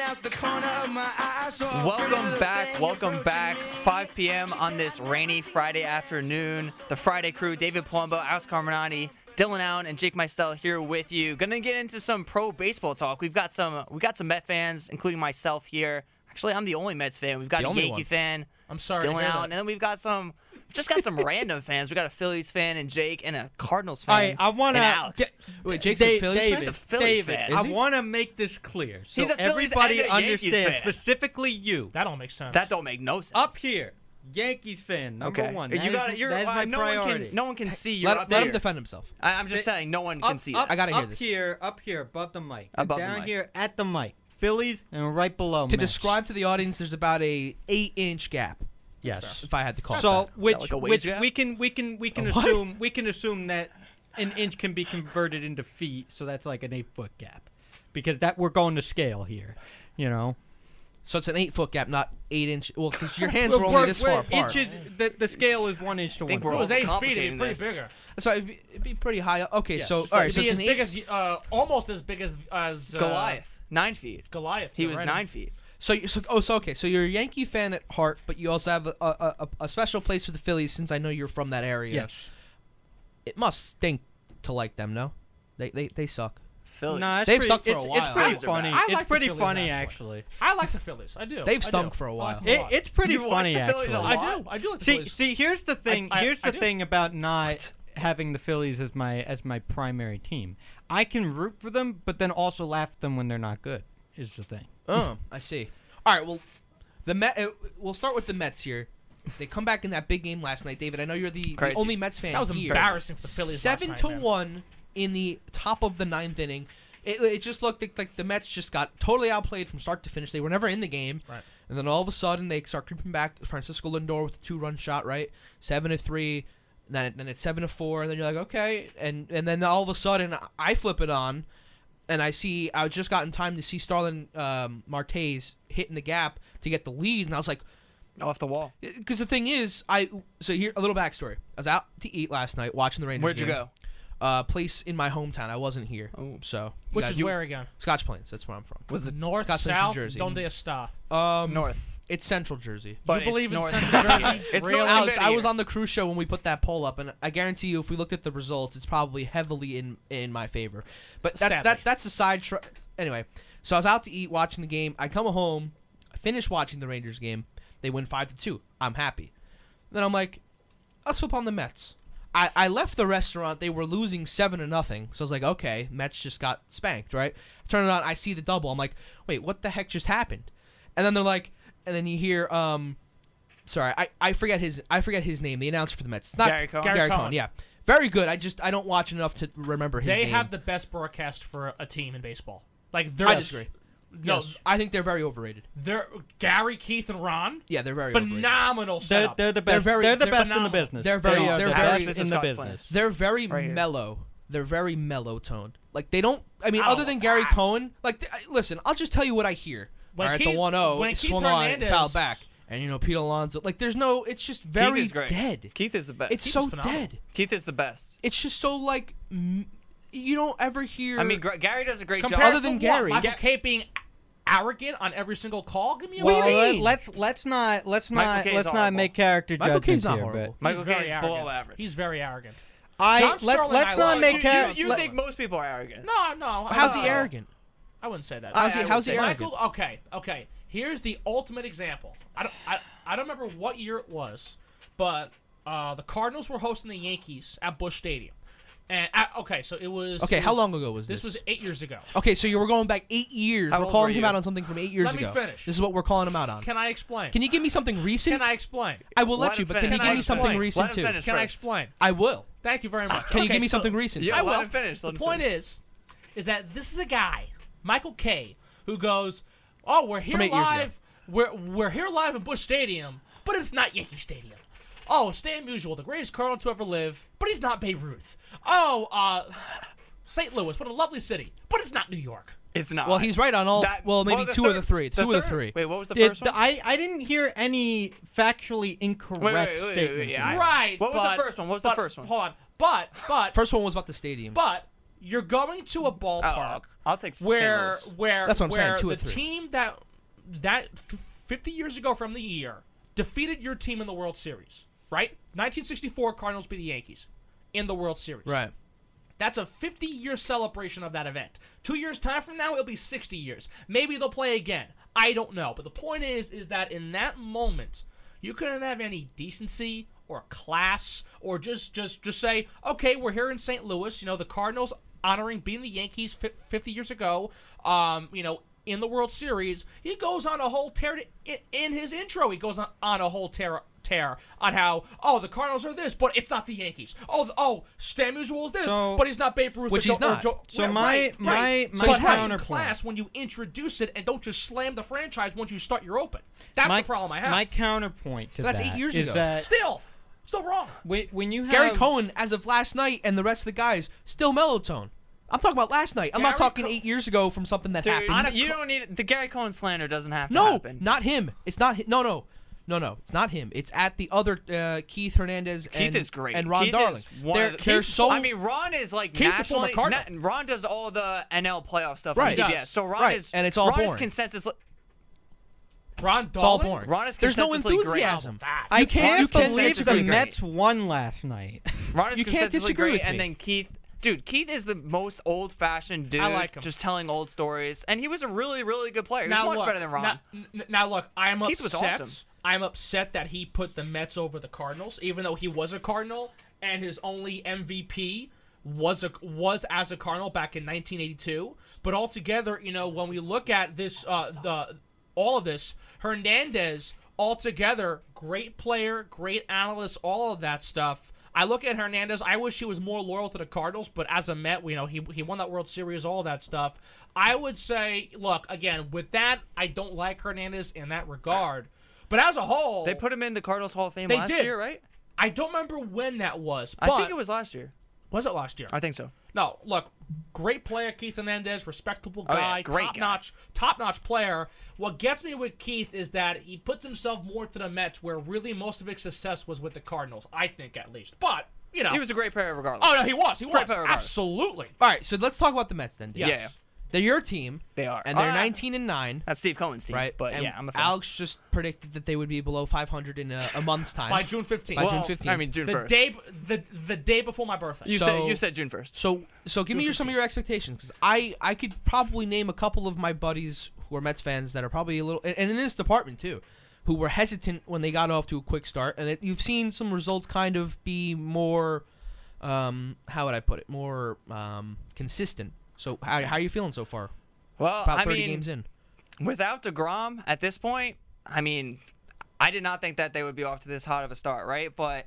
out the corner of my eye. I saw a pretty Welcome little back, thing welcome approaching back. me. 5 p.m. on this rainy Friday afternoon. The Friday crew, David Palumbo, Alex Carminati, Dylan Allen, and Jake Mystel here with you. Gonna get into some pro baseball talk. We've got some we got some Met fans, including myself here. Actually, I'm the only Mets fan. We've got The a only Yankee one. fan. I'm sorry to Dylan hear Allen, that. and then we've got some we've just got some random fans. We got a Phillies fan and Jake and a Cardinals All fan. right, I want and Alex. to. Wait, Jake's a Phillies fan? David, He's a Phillies David, fan. Is I he? want to make this clear so He's a Phillies everybody and a Yankees understands, fan. specifically you. That all makes sense. that don't make no sense. Up here, Yankees fan number okay. one. That You is- got You're that is uh, my no one priority. can no one can see you're let, up let here. him defend himself. I, I'm just They- saying, no one up, can see up, that. I gotta hear up this. here, up here, above the mic, Above the down mic. here at the mic. Phillies and right below. To Mets. describe to the audience, there's about a eight inch gap. Yes. If I had to call. it So that. which like a wage which gap? we can we can we can what? assume we can assume that an inch can be converted into feet, so that's like an eight foot gap, because that we're going to scale here, you know. so it's an eight foot gap, not eight inch. Well, because your hands We're- were only we're- this we're far apart. Inches, the, the scale is one inch to think If we're it all was was eight feet, it'd be complicating pretty this. bigger. So it'd be, it'd be pretty high. up. Okay, Yeah, so so all right, it'd so be it's as an big as eight. uh, almost as big as as uh, Goliath, nine feet. Goliath. He yeah, was right. nine feet. So, you, so oh, so okay, so you're a Yankee fan at heart, but you also have a, a, a, a special place for the Phillies since I know you're from that area. Yes. It must stink to like them, no? They they, they suck. Phillies. Nah, it's They've pretty, sucked for it's, a It's while. pretty Phillies are funny. bad. I it's like the pretty Phillies, funny, actually. actually. I like the Phillies. I do. They've I do. stunk for a I while. like them It, lot. it's pretty You like funny, the Phillies a actually. lot. I do. I do like the See, Phillies. see, here's the thing. I- here's I the do. thing about not having the Phillies as my as my primary team. I can root for them, but then also laugh at them when they're not good. Is the thing. Oh, I see. All right, well, the Met. Uh, we'll start with the Mets here. They come back in that big game last night, David. I know you're the, the Crazy. only Mets fan. That was here. embarrassing for the Phillies last Seven night, to man. one in the top of the ninth inning. It, it just looked like, like the Mets just got totally outplayed from start to finish. They were never in the game, Right. and then all of a sudden they start creeping back. Francisco Lindor with a two-run shot, right? Seven to three. Then it, then it's seven to four. And then you're like, okay, and and then all of a sudden I flip it on and I see I just got in time to see Starlin um, Martes hitting the gap to get the lead, and I was like, off the wall. because the thing is, I so here a little backstory. I was out to eat last night watching the Rangers. Where'd you game. go? Uh, place in my hometown. I wasn't here, Oh. so you which guys- is where again? Scotch Plains. That's where I'm from. Was it North, Scotch Plains, New South, Jersey. donde está? Um, north? it's Central Jersey. But you believe in it's north. Central Jersey? It's really? not out- Alex, been I here. was on the cruise show when we put that poll up, and I guarantee you, if we looked at the results, it's probably heavily in in my favor. But that's Sadly. that, that's a side. Tr- anyway, so I was out to eat, watching the game. I come home, I finish watching the Rangers game. They win five to two. I'm happy. Then I'm like, let's flip on the Mets. I, I left the restaurant. They were losing seven to nothing. So I was like, okay, Mets just got spanked, right? Turn it on. I see the double. I'm like, wait, what the heck just happened? And then they're like, and then you hear, um, sorry, I, I forget his I forget his name. The announcer for the Mets, It's not Gary Cohen? Gary, Gary Cohen. Cohen. Yeah, very good. I just I don't watch enough to remember his They name. have the best broadcast for a team in baseball. Like they're I disagree. No, I think they're very overrated. they're Gary, Keith, and Ron. Yeah, they're very overrated. phenomenal They're, setup. they're the best. very- they're the they're best in the phenomenal. business. They're very- They are they're the very- best Mr. in the Scotch business. Plains. They're very Right here. mellow. They're very mellow toned. Like they don't. I mean, Oh, other than Gary ah. wow. Cohen, like th- I- listen, I'll just tell you what I hear. When All right, the Keith- one zero when it Keith swung on and Hernandez- fouled back, and you know Pete Alonso. Like there's no. It's just very Keith is great. dead. Keith is the best. It's uh, Keith so is phenomenal. dead. Keith is the best. It's just so like m- you don't ever hear. I mean, Gr- Gary does a great Compared job. Other than to Gary. What? Michael Ga- K being arrogant on every single call. Give me a Well, break. let, let's let's not let's Michael not Kay's let's not horrible. make character Michael K's judgments not here, horrible. but Michael He's very K is arrogant. below average. He's very arrogant. I John let, Sterling, I let's not like. make you, you, char- you let- think most people are arrogant? No, no. I how's wouldn't he say- arrogant? I wouldn't say that. How's he- I how's would he say- arrogant? Michael, okay, okay. Here's the ultimate example. I don't, I, I don't remember what year it was, but uh, the Cardinals were hosting the Yankees at Bush Stadium, and uh, okay, so it was. Okay, it how was- long ago was This this? was eight years ago. Okay, so you were going back eight years. How we're old calling were him you? out on something from eight years Let me ago. finish. This is what we're calling him out on. Can, Can I explain? you give me something recent? Can I explain? I will let, Let you, him but can finish. you Can give I me something explain? recent Let too? him finish Can I first. explain? I will. Thank you very much. Can you Okay, give me so- something recent? Yeah, I let will. him finish. the Let him point finish. is, is that this is a guy, Michael K, who goes, "Oh, we're here From eight years ago. live. We're we're here live in Bush Stadium, but it's not Yankee Stadium. Oh, Stan Musial, the greatest Cardinal to ever live, but he's not Babe Ruth. Oh, uh, St. Louis, what a lovely city, but it's not New York. it's not. Well, he's right on all. That- well, maybe the two third- of the three. Two of the third- three. Wait, what was the Did- first the- one? I, I didn't hear any factually incorrect Wait, wait, wait, wait, statements. wait, in yeah, I- there. Right. What was the but- first one? What was the but- first one? Hold on. But but First one was about the stadiums. but You're going to a ballpark Oh, I'll take St. where Louis. where That's what I'm where saying, two or the three. team that that f- 50 years ago from the year defeated your team in the World Series, right? 1964 Cardinals beat the Yankees in the World Series. Right. That's a 50 year celebration of that event. Two years time from now, it'll be 60 years. Maybe they'll play again. I don't know. But the point is, is that in that moment, you couldn't have any decency or class or just just just say, okay, we're here in St. Louis. You know, the Cardinals honoring beating the Yankees fif- 50 years ago. Um, you know. In the World Series, he goes on a whole tear. To, in, in his intro, he goes on, on a whole tear tear on how oh the Cardinals are this, but it's not the Yankees. Oh th- oh Stan Musial is this, So- but he's not Babe Ruth. or Which Joe- he's not. or Joe- So Yeah, my- right, my- right. my so it has some counterpoint- class when you introduce it and don't just slam the franchise once you start your open. That's my, the problem I have. My counterpoint to That's that eight years is ago. that still, still wrong. when, when you have Gary Cohen, as of last night, and the rest of the guys still mellow tone. I'm talking about last night. I'm not Gary talking Co- eight years ago from something that Dude, happened. on a you cl- don't need the Gary Cohen slander doesn't have to No, happen. not him. It's not. Hi- no, no, no, no. It's not him. It's at the other uh, Keith Hernandez. Keith and, is great. And Ron Keith Darling. Is one they're of the, they're Keith's- so. I mean, Ron is like Keith's a former nationally. Cardinal. na- Ron does all the NL playoff stuff Right. on He CBS. does. So Ron Right. is And it's all Ron is boring. consensus. Ron Dahlin. it's all boring. Ron is There's no consistently great. enthusiasm. That. I You can't- can't, you can't believe disagree. the Mets won last night. Ron is You can't consistently disagree great. with me. And then Keith, dude, Keith is the most old-fashioned dude. like him. Just telling old stories, and he was a really, really good player. He was now much look, better than Ron. Now, n- now look, I'm Keith was upset. awesome. I'm upset that he put the Mets over the Cardinals, even though he was a Cardinal and his only MVP was a was as a Cardinal back in 1982. But altogether, you know, when we look at this, uh, the all of this, Hernandez altogether, great player, great analyst, all of that stuff. I look at Hernandez. I wish he was more loyal to the Cardinals, but as a Met, you know, he, he won that World Series, all that stuff. I would say, look, again, with that, I don't like Hernandez in that regard. But as a whole, they put him in the Cardinals Hall of Fame They last did. year, right? I don't remember when that was. I But think it was last year. Was it last year? I think so. No, look, great player, Keith Hernandez, respectable Oh, yeah, guy, great guy. top notch, top notch player. What gets me with Keith is that he puts himself more to the Mets, where really most of his success was with the Cardinals, I think at least. But you know, He was a great player regardless. oh no, he was, he was Great player regardless. absolutely. all right, so let's talk about the Mets then. dude. Yes. Yeah. They're your team. They are. And they're Uh, 19 and nine. That's Steve Cohen's team, Right. But And yeah, I'm a fan. Alex just predicted that they would be below 500 in a, a month's time. By June fifteenth, By well, June 15th. I mean June the 1st. day b- the the day before my birthday. you So- said you said June 1st. So so give me your, some of your expectations because I I could probably name a couple of my buddies who are Mets fans that are probably a little and, and in this department too, who were hesitant when they got off to a quick start and it, you've seen some results kind of be more, um how would I put it more um consistent. So how how are you feeling so far? Well, About I thirty mean, games in. without DeGrom at this point, I mean, I did not think that they would be off to this hot of a start, right? But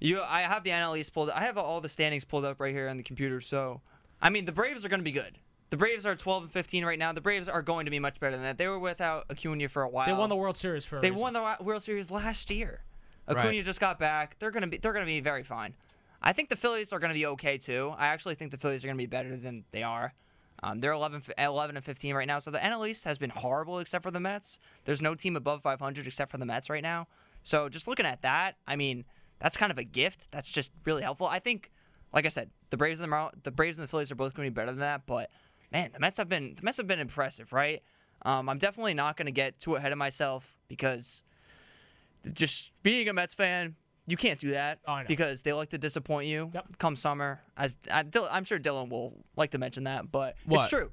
you, I have the NL East pulled. I have all the standings pulled up right here on the computer. So, I mean, the Braves are going to be good. The Braves are 12 and 15 right now. The Braves are going to be much better than that. They were without Acuna for a while. they won the World Series for. a They reason. won the World Series last year. Acuna Right. just got back. They're gonna be they're gonna be very fine. I think the Phillies are gonna be okay too. I actually think the Phillies are gonna be better than they are. Um, they're 11, f- 11 and 15 right now. So the NL East has been horrible except for the Mets. There's no team above 500 except for the Mets right now. So just looking at that, I mean, that's kind of a gift. That's just really helpful. I think, like I said, the Braves and the Mar- the Braves and the Phillies are both going to be better than that. But man, the Mets have been the Mets have been impressive, right? Um, I'm definitely not going to get too ahead of myself because just being a Mets fan, you can't do that Oh, I know. because they like to disappoint you Yep. come summer. As I, Dil- I'm sure Dylan will like to mention that, but What? it's true.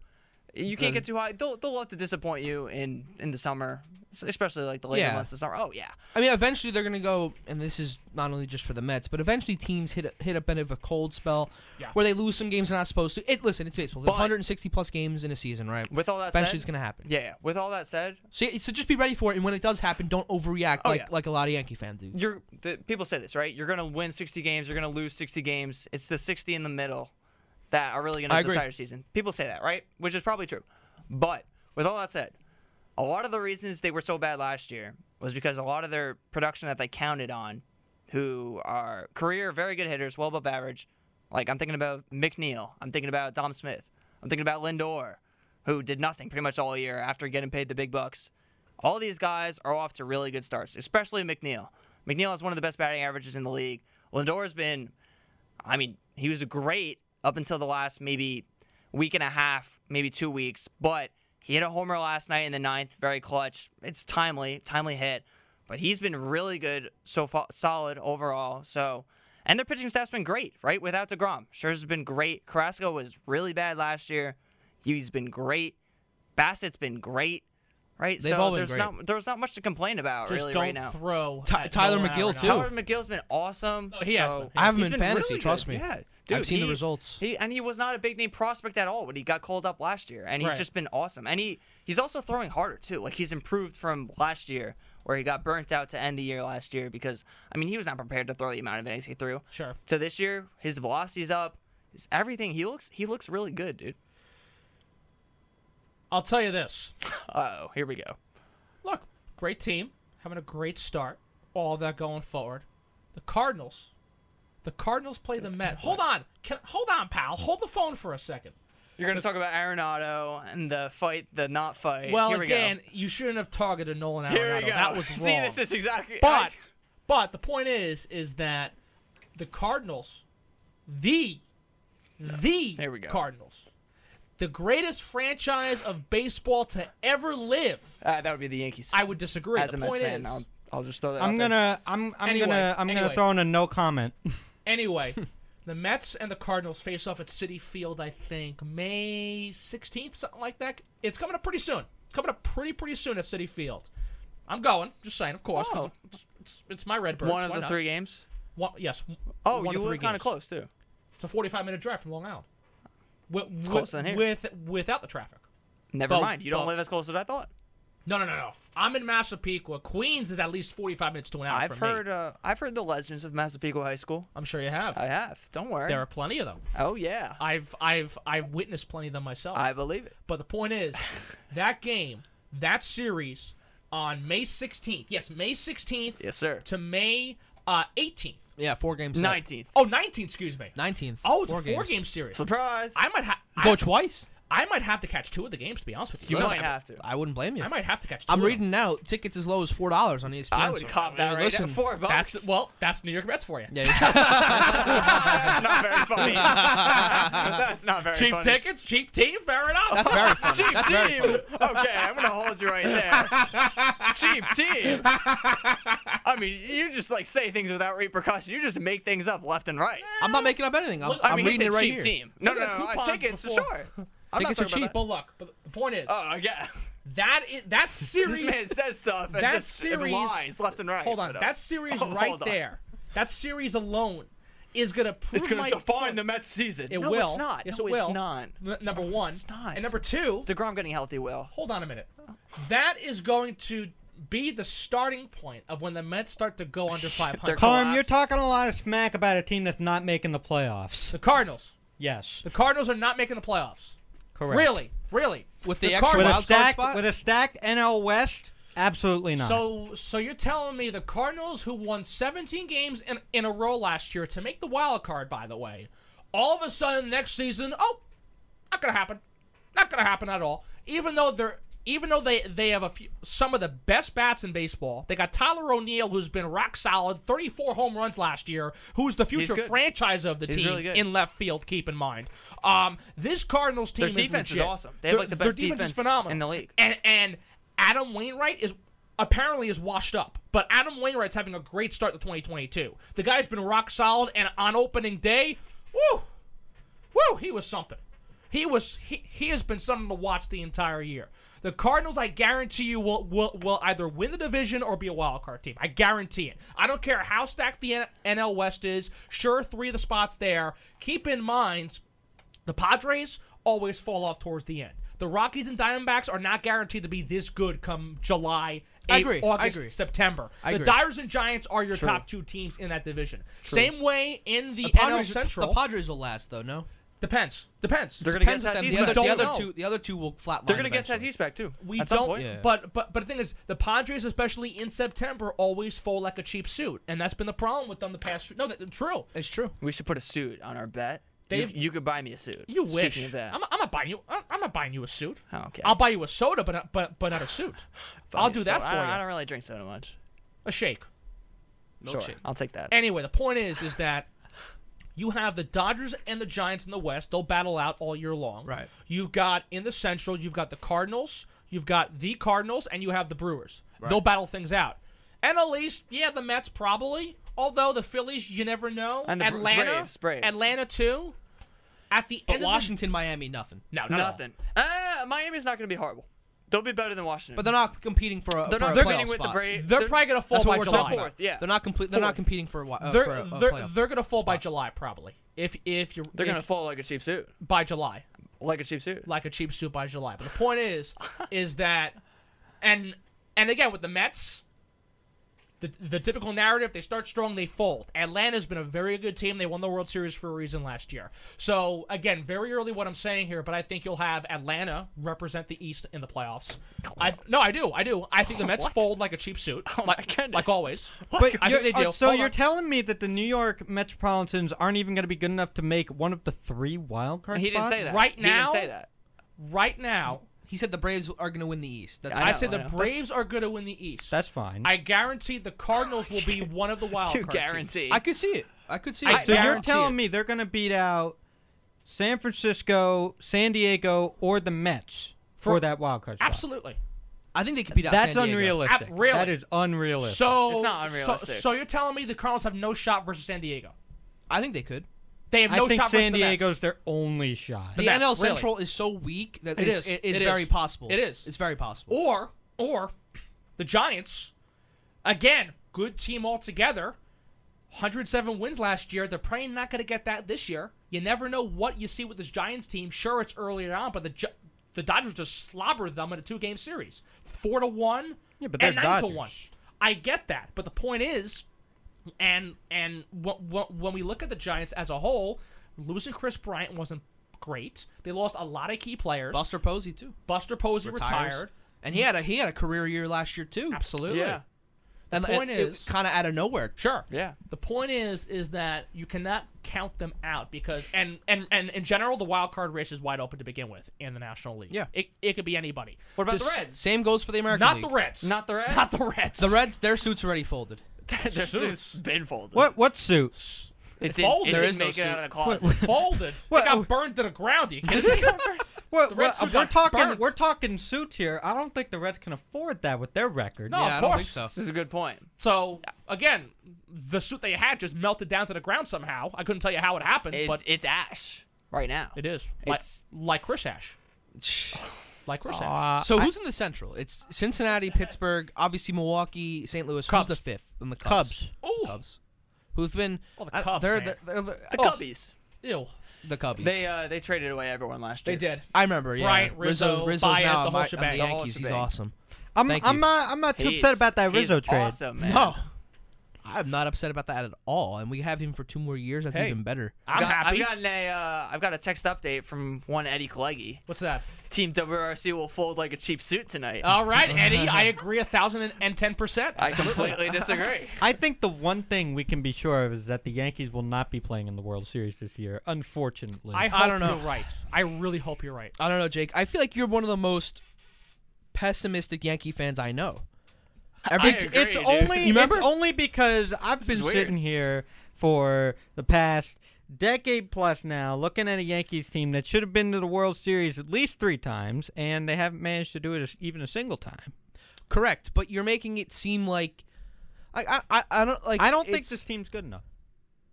You can't The- get too high. They'll, they'll love to disappoint you in in the summer, s- especially like the later Yeah. months of summer. Oh yeah, I mean, eventually they're gonna go, and this is not only just for the Mets, but eventually teams hit a, hit a bit of a cold spell Yeah. where they lose some games they're not supposed to. It listen, it's baseball. There's But- 160 plus games in a season, right? With all that eventually said- it's gonna happen. yeah. With all that said, So, so just be ready for it, and when it does happen, don't overreact Oh, like yeah. like a lot of Yankee fans do. you're the, people say this right. You're gonna win 60 games. You're gonna lose 60 games. It's the 60 in the middle that are really I gonna agree. decide your season. People say that right, which is probably true. But with all that said, a lot of the reasons they were so bad last year was because a lot of their production that they counted on, who are career very good hitters, well above average. Like I'm thinking about McNeil. I'm thinking about Dom Smith. I'm thinking about Lindor, who did nothing pretty much all year after getting paid the big bucks. All these guys are off to really good starts, especially McNeil. McNeil has one of the best batting averages in the league. Lindor has been, I mean, he was great up until the last maybe week and a half, maybe two weeks. But he hit a homer last night in the ninth, very clutch. It's timely, timely hit. But he's been really good so far, solid overall. So, and their pitching staff's been great, right? Without Degrom, Scherzer's been great. Carrasco was really bad last year. He's been great. Bassett's been great, right? They've so all been there's great. not there's not much to complain about Just really don't right now. throw Ty- at Tyler Nolan McGill, Arenado. too. Tyler McGill's been awesome. Oh, he has so- been. I have him He's in been fantasy. really trust good. me. Yeah, I've dude, seen the he- results. He and he was not a big name prospect at all, but he got called up last year, and he's Right. just been awesome. And he he's also throwing harder too. Like he's improved from last year, where he got burnt out to end the year last year because I mean he was not prepared to throw the amount of innings he threw. Sure. So this year his velocity's up, his everything. He looks he looks really good, dude. I'll tell you this. Uh oh, here we go. Look, great team, having a great start. All that going forward. The Cardinals. The Cardinals play the Mets. Hold on. Can, hold on, pal. Hold the phone for a second. You're gonna talk about Arenado and the fight, the not fight. Well, here we again, go. you shouldn't have targeted Nolan Here we Arenado. go. That was wrong. See, this is exactly. But but the point is is that the Cardinals, the the There we go. Cardinals, the greatest franchise of baseball to ever live. I- uh, that would be the Yankees. I would disagree. as the a Mets point fan, is I'll, I'll just throw that. I'm out there. gonna I'm I'm Anyway, gonna I'm anyway. gonna throw in a no comment. anyway, the Mets and the Cardinals face off at City Field. I think May 16th, something like that. It's coming up pretty soon. It's coming up pretty pretty soon at City Field. I'm going. Just saying, of course, 'cause Oh. it's, it's, it's my Redbirds. One of why the not? three games. One, yes. Oh, one you of were three kind of games. close too. It's a 45 minute drive from Long Island. With, with, closer than here. with without the traffic. Never Well, mind. You don't well- live as close as I thought. No, no, no, no. I'm in Massapequa. Queens is at least 45 minutes to an hour I've from me. heard. Uh, I've heard the legends of Massapequa High School. I'm sure you have. I have. Don't worry. there are plenty of them. oh yeah. I've I've I've witnessed plenty of them myself. I believe it. But the point is, that game, that series on May 16th. Yes, May 16th Yes, sir. to May uh, 18th. Yeah, four games. Nineteenth. Oh, 19th, excuse me. Nineteen. Oh, it's four a four games. game series. Surprise. I might have Go twice. I might have to catch two of the games to be honest with you. you listen, might have to. I wouldn't blame you. I might have to catch two. I'm of them. reading now. Tickets as low as four dollars on E ESPN. I would so- cop that Yeah, right listen, now. Four bucks. That's the, well, that's New York Mets for you. Yeah, yeah. That's not very funny. That's not very cheap funny. tickets, cheap team, fair enough. that's very funny. Cheap that's very team. funny. Okay, I'm gonna hold you right there. Cheap team. I mean, you just like say things without repercussion. You just make things up left and right. I'm not making up anything. I'm, Look, I I'm mean, reading it's it a right cheap here. team. No, Look no, at the no, no. coupons Tickets, before. sure. I'm Tickets are not talking cheap. About but look, but the point is that. Oh yeah. that i- that This series. man says stuff and that just series- lies left and right. hold on, But, uh, that series oh, right hold on. there, that series alone is gonna prove It's going my to define point. the Mets season. It no, will. it's not. Yes, no, it will. it's not. N- number one. It's not. And number two. Degrom getting healthy will. hold on a minute. That is going to be the starting point of when the Mets start to go under 500. Carm, you're Collapse. talking a lot of smack about a team that's not making the playoffs. the Cardinals. Yes, The Cardinals are not making the playoffs. correct. Really, really. With the, The extra Cardinals- With a wild stacked card spot. with a stacked NL West, absolutely not. So, so you're telling me the Cardinals, who won 17 games in, in a row last year to make the wild card, by the way, all of a sudden next season, oh, not gonna happen, not gonna happen at all. Even though they're, even though they they have a few, some of the best bats in baseball. They got Tyler O'Neill, who's been rock solid, 34 home runs last year, who's the future good. franchise of the He's team really good. in left field. Keep in mind, um, this Cardinals team Their defense is legit. awesome. They have, Their- like, the their best defense is defense phenomenal in the league. and and Adam Wainwright is apparently is washed up, but Adam Wainwright's having a great start to 2022. The guy's been rock solid, and on opening day, woo, woo, he was something. He was he, he has been something to watch the entire year. The Cardinals, I guarantee you, will will, will either win the division or be a wild card team. I guarantee it. I don't care how stacked the N- NL West is. Sure, three of the spots there. Keep in mind, the Padres always fall off towards the end. The Rockies and Diamondbacks are not guaranteed to be this good come July, I April, agree. I August, agree. September. I the agree. Dyers and Giants are your top two teams in that division. Same way in the, NL Padres, Central. The Padres will last though. No, depends. Depends. They're going to get depends with them. The other, Tatis back. the Don't other know. two, the other two will flatline. They're going to get eventually. Tatis back, too. we at some don't, point. Yeah. but but but the thing is, the Padres, especially in September, always fall like a cheap suit, and that's been the problem with them the past. few- No, that's true. It's true. We should put a suit on our bet. You, They've- you could buy me a suit. You Speaking wish. of that. Oh, I'm, I'm not buying you. I'm, I'm not buying you a suit. Okay. I'll buy you a soda, but not, but but not a suit. I'll do So that I for don't- you. I don't really drink soda much. A shake. Sure. Milkshake. I'll take that. Anyway, the point is, is that You have the Dodgers and the Giants in the West. They'll battle out all year long. Right. You've got in the Central, you've got the Cardinals, you've got the Cardinals, and you have the Brewers. They'll battle things out. And at least, yeah, the Mets probably. Although the Phillies, you never know. And the Bra- Atlanta, Braves, Braves. Atlanta too. At the But end, Washington, Miami, nothing. of the, no, not at all. Nothing. Uh, Miami's not going to be horrible. They'll be better than Washington. But they're not competing for a. they're for not a competing playoff with the spot. Braves. They're, probably gonna fall That's by what we're July. talking about. Fourth, yeah. They're not complete. They're not Fourth. competing for a. Uh, They're for a, a they're, playoff. they're gonna fall by July probably. If if you're They're going if- to fall like a cheap suit. by July. Like a cheap suit. like a cheap suit by July. But the point is, is that, and and again with the Mets, the the typical narrative they start strong, they fold. Atlanta's been a very good team. They won the World Series for a reason last year. So again, very early what I'm saying here, but I think you'll have Atlanta represent the East in the playoffs. I no, I do, I do. I think the Mets What? fold like a cheap suit, Oh my like, goodness. like always. But I think you're- they do. uh, so Hold you're on. telling me that the New York Metropolitans aren't even going to be good enough to make one of the three wild card He didn't spots? say that. Right he now- didn't say that. Right now, He said the Braves are going to win the East. That's I I, know, say I the know. Braves are going to win the East. That's fine. I guarantee the Cardinals will be one of the wild You card teams. guarantee. I could see it. I could see I it. so you're guarantee telling it. me they're going to beat out San Francisco, San Diego, or the Mets for, For- that wild card spot? Absolutely. I think they could beat out That's San Diego. unrealistic. Ab- really? That is unrealistic. So It's not so- unrealistic. So, you're telling me the Cardinals have no shot versus San Diego? I think they could. They have I no think shot San versus Diego's the Mets. their only shot. The Mets, NL really. Central is so weak that It it's, is. it- it's It very is. possible. It is. It's very possible. Or or the Giants, again, good team altogether. 107 wins last year. They're probably not going to get that this year. You never know what you see with this Giants team. Sure, it's earlier on, but the Gi- the Dodgers just slobbered them in a two-game series, four to one, Yeah, but and they're nine to Dodgers. one. I get that, but the point is, and and wh- wh- when we look at the Giants as a whole, losing Chris Bryant wasn't great. They lost a lot of key players. Buster Posey too. Buster Posey Retires. retired. And he had a he had a career year last year too. Absolutely. Yeah. And The point and it is- kind of out of nowhere. Sure. Yeah. The point is, is that you cannot count them out because, and and and in general, the wild card race is wide open to begin with in the National League. Yeah. It, it could be anybody. What about Just- the Reds? Same goes for the American Not League. the Reds. Not the Reds. Not the Reds. The Reds, their suits already folded. Their suit's Suits. been folded. what what suit? It didn't, Fold. it There didn't is no make it out suit. of the closet. folded. What- they oh. got burned to the ground. Are you kidding me? What, The Red what- Suit we're got talking burnt. we're talking suits here. I don't think the Reds can afford that with their record. No, yeah, Oh, of I don't think course. so. This is a good point. so again, the suit they had just melted down to the ground somehow. I couldn't tell you how it happened, It's, but it's Ash right now. it is. it's- like, like Chris Ash. like Chris Ash. Uh, So who's in the Central? It's Cincinnati, Pittsburgh, obviously Milwaukee, St. Louis. Cubs. Who's the fifth? And the Cubs. Cubs. Ooh. Cubs. Who've been? Oh, the I- Cubs, they're, man. they're, they're- The oh, Cubbies. Ew. the Cubbies. They uh, they traded away everyone last They year. did. I remember. Yeah. Bryant, Rizzo, Rizzo's Baez, now the on whole my- on shebang. the The whole Yankees. He's shebang. awesome. I'm Thank I'm you. not I'm not too He's- upset about that he's Rizzo trade. Awesome, man. No, I'm not upset about that at all. And we have him for two more years. That's Hey. even better. I'm Got- happy. I've gotten a uh, I've got a text update from one Eddie Colleghi. What's that? Team WRC will fold like a cheap suit tonight. All right, Eddie, I agree a thousand and ten percent. I completely disagree. I think the one thing we can be sure of is that the Yankees will not be playing in the World Series this year, unfortunately. I hope I don't know. you're right. I really hope you're right. I don't know, Jake. I feel like you're one of the most pessimistic Yankee fans I know. I Every agree, it's it's dude. only You remember? it's only because I've is been weird. sitting here for the past decade plus now looking at a Yankees team that should have been to the World Series at least 3 times and they haven't managed to do it as- even a single time. correct, but you're making it seem like I I, I, I don't like. I don't think it's- this team's good enough.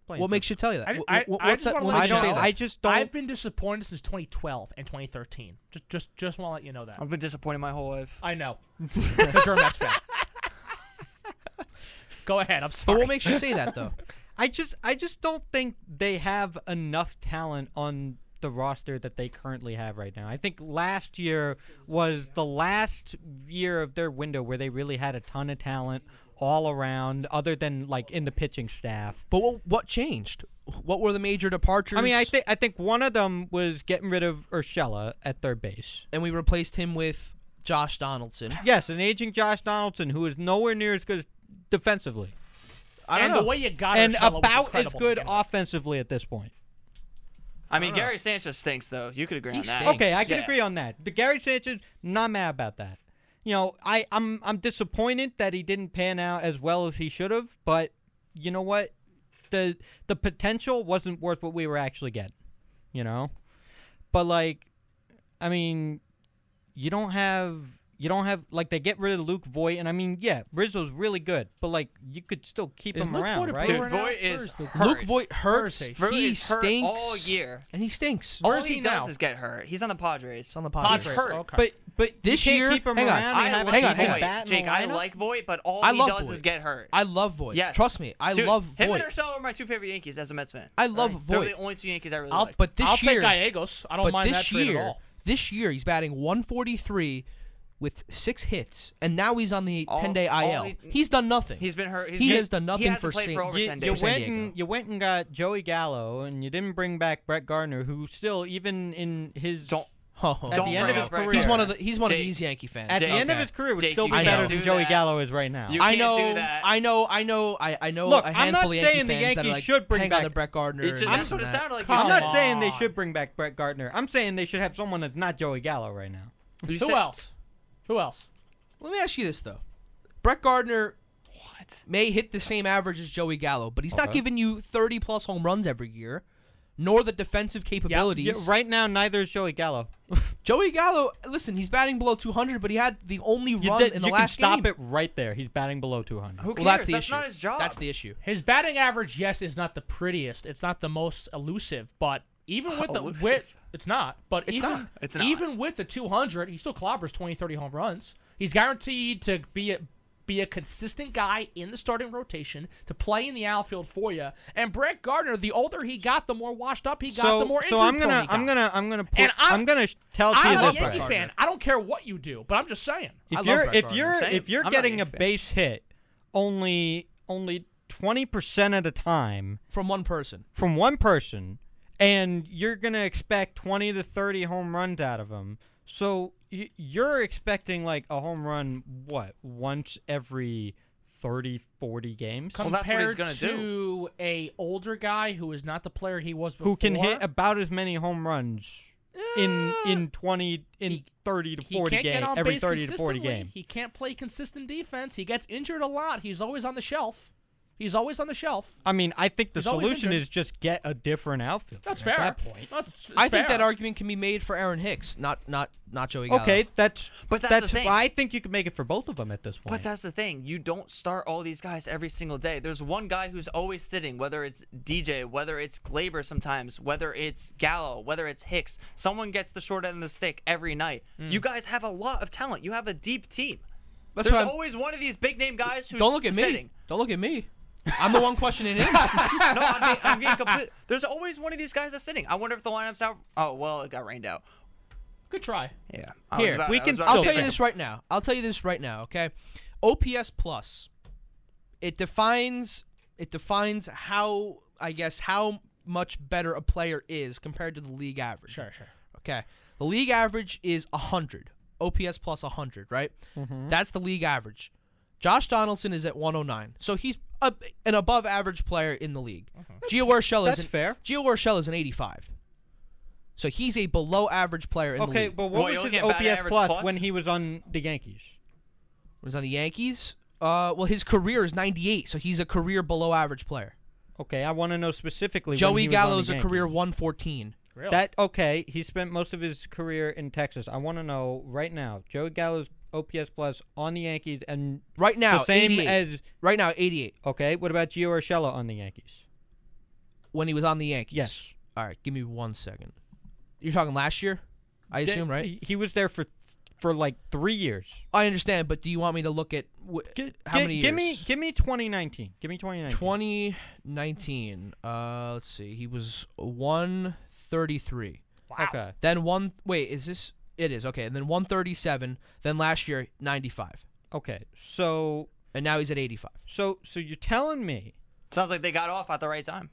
Playing What for- makes you tell you that? I- Wh- I- wh- I what's just that? wanna What let I makes you you say don't know- that? I just don't I've been disappointed since 2012 and 2013. Just, just, just want to let you know that. I've been disappointed my whole life. I know. Because you're a Mets fan. Go ahead. I'm but sorry. what makes you say that though? I just I just don't think they have enough talent on the roster that they currently have right now. I think last year was the last year of their window where they really had a ton of talent all around other than like in the pitching staff. But what, what changed? What were the major departures? I mean, I think I think one of them was getting rid of Urshela at third base. and we replaced him with Josh Donaldson. Yes, an aging Josh Donaldson who is nowhere near as good defensively I don't and know. the way you got and Urshela was about as incredible to good begin with. offensively at this point. I mean, Gary Sanchez stinks though. You could agree He on that. stinks. Okay, I can Yeah. agree on that. The Gary Sanchez, not mad about that. You know, I, I'm I'm disappointed that he didn't pan out as well as he should have, but you know what? the the potential wasn't worth what we were actually getting, you know. But like, I mean, you don't have you don't have like they get rid of Luke Voigt, and I mean, yeah, Rizzo's really good, but like you could still keep Is him Luke around, Voigt a right? Dude, Right now, Voight is Thursday. hurt. Luke Voigt hurts. Thursday. Voight he is hurt stinks all year. and he stinks. All Where's he he does now? is get hurt. He's on the Padres. It's on the Padres. podcast. hurt. Okay. But but you This can't year- keep him hang on, around. I and have like a hang on, decent hang on. Voight. bat in the Jake, I lineup. like Voight, but all I he love does Voight. is get hurt. I love Voigt. yes, Trust me, I Dude, love Him Voigt. and Urshela are my two favorite Yankees as a Mets fan. I love They're Voigt. the only two Yankees I really I'll, like. but this I'll year- take Gallegos. I don't but mind this that trade year, at all. this year he's batting 143 with six hits, and now he's on the All- 10 day all IL. he- he's done nothing. he's been hurt. He's he been- has done nothing he hasn't for played Saint- for over You- ten you days. San went Diego. and you went and got Joey Gallo, and you didn't bring back Brett Gardner, who still even in his Don't Oh, at don't the end bring of his up Brett career, Gardner. he's one of the he's one of Jake- these Yankee fans. at the Jake, end of Okay. his career would Jake, still you be better can't than do Joey that. Gallo is right now. You I can't know, do that. I know, I know, I I know. Look, a I'm handful not of saying the Yankee fans that are Yankees like, should bring hang on back- to Brett Gardner. It's and just- this that's what and it that. sounded like. You I'm said- not saying they on. should bring back Brett Gardner. I'm saying they should have someone that's not Joey Gallo right now. Who You said- else? Who else? Let me ask you this though, Brett Gardner What? may hit the same average as Joey Gallo, but he's not Okay. giving you 30 plus home runs every year, nor the defensive capabilities. Yeah, right now, neither is Joey Gallo. Joey Gallo, listen, he's batting below 200, but he had the only You, run did- in the you can last stop game. it right there. He's batting below 200. Who Well, cares? that's the issue. not his job. That's the issue. His batting average, yes, is not the prettiest. It's not the most elusive, but even with the Elusive. with it's not, but It's even not. It's not. even with the 200, he still clobbers 20, 30 home runs. He's guaranteed to be a be a consistent guy in the starting rotation to play in the outfield for you. And Brett Gardner, the older he got, the more washed up he got, the more injury so I'm prone gonna he I'm got. gonna I'm gonna put, And I'm- I'm gonna sh- tell you I'm love a this. Brett Yankee Gardner. fan. I don't care what you do, but I'm just saying. I If love you're Brett if Gardner. you're Same. if you're I'm not a getting a Yankee fan. base hit, only only 20 percent of the time From one person. from one person, and you're gonna expect 20 to 30 home runs out of him. So y- you're expecting like a home run what once every 30 40 games. Well, that's what he's compared gonna to do. a older guy who is not the player he was before. who can hit about as many home runs in Eh, in 20 in He- 30 to he 40 can't get game on every base 30 to 40 consistently. game He can't play consistent defense. He gets injured a lot. He's always on the shelf. He's always on the shelf. i mean i think the He's always solution injured. is just get a different outfield That's at fair. that point That's, it's I think fair. that argument can be made for Aaron Hicks, not not not Joey Gallo. okay that's But that's the that's thing. i think you could make it for both of them at this point But that's the thing. You don't start all these guys every single day. There's one guy who's always sitting, whether it's DJ, whether it's Glaber sometimes, whether it's Gallo, whether it's Hicks. Someone gets the short end of the stick every night. You guys have a lot of talent. You have a deep team. Hmm. That's There's why I'm- always one of these big name guys who's Don't look at me. sitting. Don't look at me. I'm the one questioning him. No, I'm being, I'm being complete. There's always one of these guys that's sitting. I wonder if the lineup's out. Oh well, it got rained out. Good try. Yeah. I was Here, about- we I was can about I'll to tell say still you pick that. this right now. I'll tell you this right now, okay? OPS plus it defines it defines how I guess how much better a player is compared to the league average. Sure, sure. Okay. The league average is 100. OPS plus 100, right? Mm-hmm. That's the league average. Josh Donaldson is at 109. So he's a, an above average player in the league. Mm-hmm. Gio Urshela is that's an, fair Gio Urshela is an 85. So he's a below average player in the okay league. but Well, what you're was looking his at batting ops average plus, plus? when he was on the yankees was on the Yankees. Uh, well, his career is 98, so he's a career below average player. okay i want to know specifically when Joey he was on the Gallo is a Yankees. career 114. Really? That okay? He spent most of his career in Texas. I want to know right now. Joey Gallo's OPS plus on the Yankees and Right now, the same 88. as right now 88 okay. What about Gio Urshela on the Yankees? when he was on the Yankees. Yes. All right, give me one second. You're talking last year, I assume, Th- right? He, he was there for for like three years. I understand, but do you want me to look at wh- how Gi- many Give me years? give me 2019. Give me 2019. 2019. Uh, let's see. He was 133. wow. Okay. Then one. Wait, is this? It is okay. And then 137. Then last year 95, Okay. So and now he's at 85. so so you're telling me Sounds like they got off at the right time.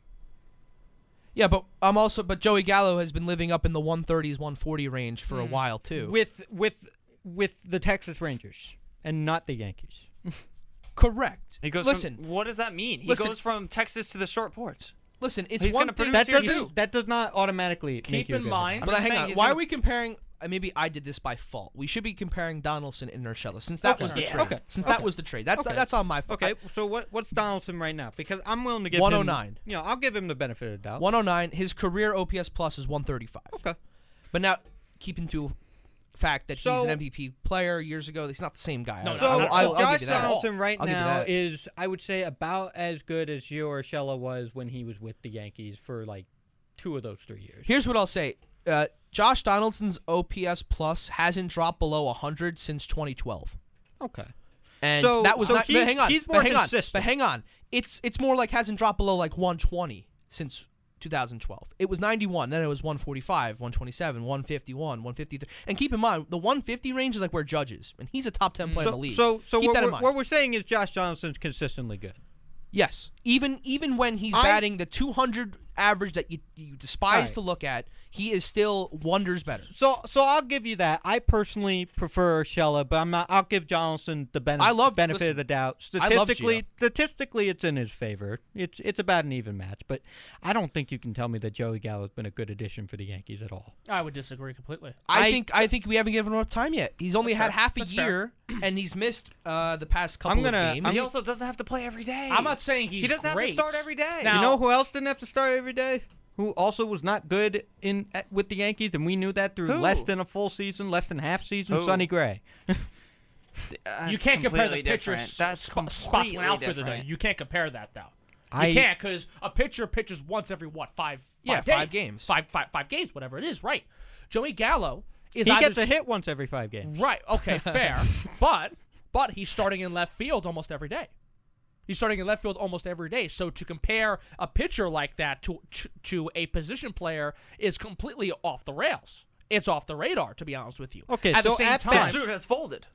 Yeah, but I'm also. But Joey Gallo has been living up in the 130s, 140 range for Hmm. a while too. with with with the Texas Rangers and not the Yankees. Correct. He goes. from- listen, what does that mean? He Listen. goes from Texas to the short porch. listen. It's He's one gonna thing. produce That Here you doesn't go. that does not automatically Keep make you a in good mind- hitter. But just hang saying on. he's Why gonna- are we comparing uh, maybe I did this by fault. We should be comparing Donaldson and Urshela since that Okay. was the Yeah. trade. Okay. Since that Okay. was the trade. That's Okay. that's on my fault. Okay, so what what's Donaldson right now? Because I'm willing to give him- 109. You know, I'll give him the benefit of the doubt. 109. His career OPS plus is 135. Okay. But now keep into fact that So- he's an MVP player years ago. He's not the same guy. No, I- no, So I'll- not at I'll- all. I'll Josh give you that. Donaldson right I'll give you now that. is, I would say, about as good as Gio Urshela was when he was with the Yankees for like two of those three years. Here's what I'll say. Uh, Josh Donaldson's OPS plus hasn't dropped below 100 since 2012. Okay. And So- that was so not. he- but hang on. he's but more hang consistent. on. But hang on. It's it's more like hasn't dropped below like 120 since 2012. It was 91. Then it was 145, 127, 151, 153. And keep in mind, the 150 range is like where Judge is, and he's a top 10 player in the So, league. so, so keep what, that in we're, mind. what we're saying is Josh Donaldson's consistently good. yes, even even when he's I- batting the 200 average that you, you despise Right. to look at, he is still wonders better. So, so I'll give you that. I personally prefer Urshela, but I'm not. I'll give Donaldson the benefit. I love- benefit listen, of the doubt. I love Gio. Statistically, statistically, it's in his favor. It's it's about an even match, but I don't think you can tell me that Joey Gallo has been a good addition for the Yankees at all. I would disagree completely. I, I- think I think we haven't given him enough time yet. He's only had That's fair. half a That's fair. year, and he's missed uh, the past couple gonna- of games. I'm- He also doesn't have to play every day. I'm not saying he's he doesn't great. have to start every day. Now- You know who else didn't have to start every day? Who also was not good in at, with the Yankees, and we knew that through Who? less than a full season, less than half season. Who? Sonny Gray. That's you can't compare the completely pitcher's different. That's sp- spots completely when Alfred though. different. You can't compare that though. You I- can't because a pitcher pitches once every what five? Yeah, days? five games. Five, five, five games, whatever it is. Right. Joey Gallo is He either gets a hit once every five games. Right. Okay. Fair. but but he's starting in left field almost every day. He's starting in left field almost every day. So to compare a pitcher like that to to, to a position player is completely off the rails. It's off the radar, to be honest with you. Okay, At the so same at time, best- Suit has folded.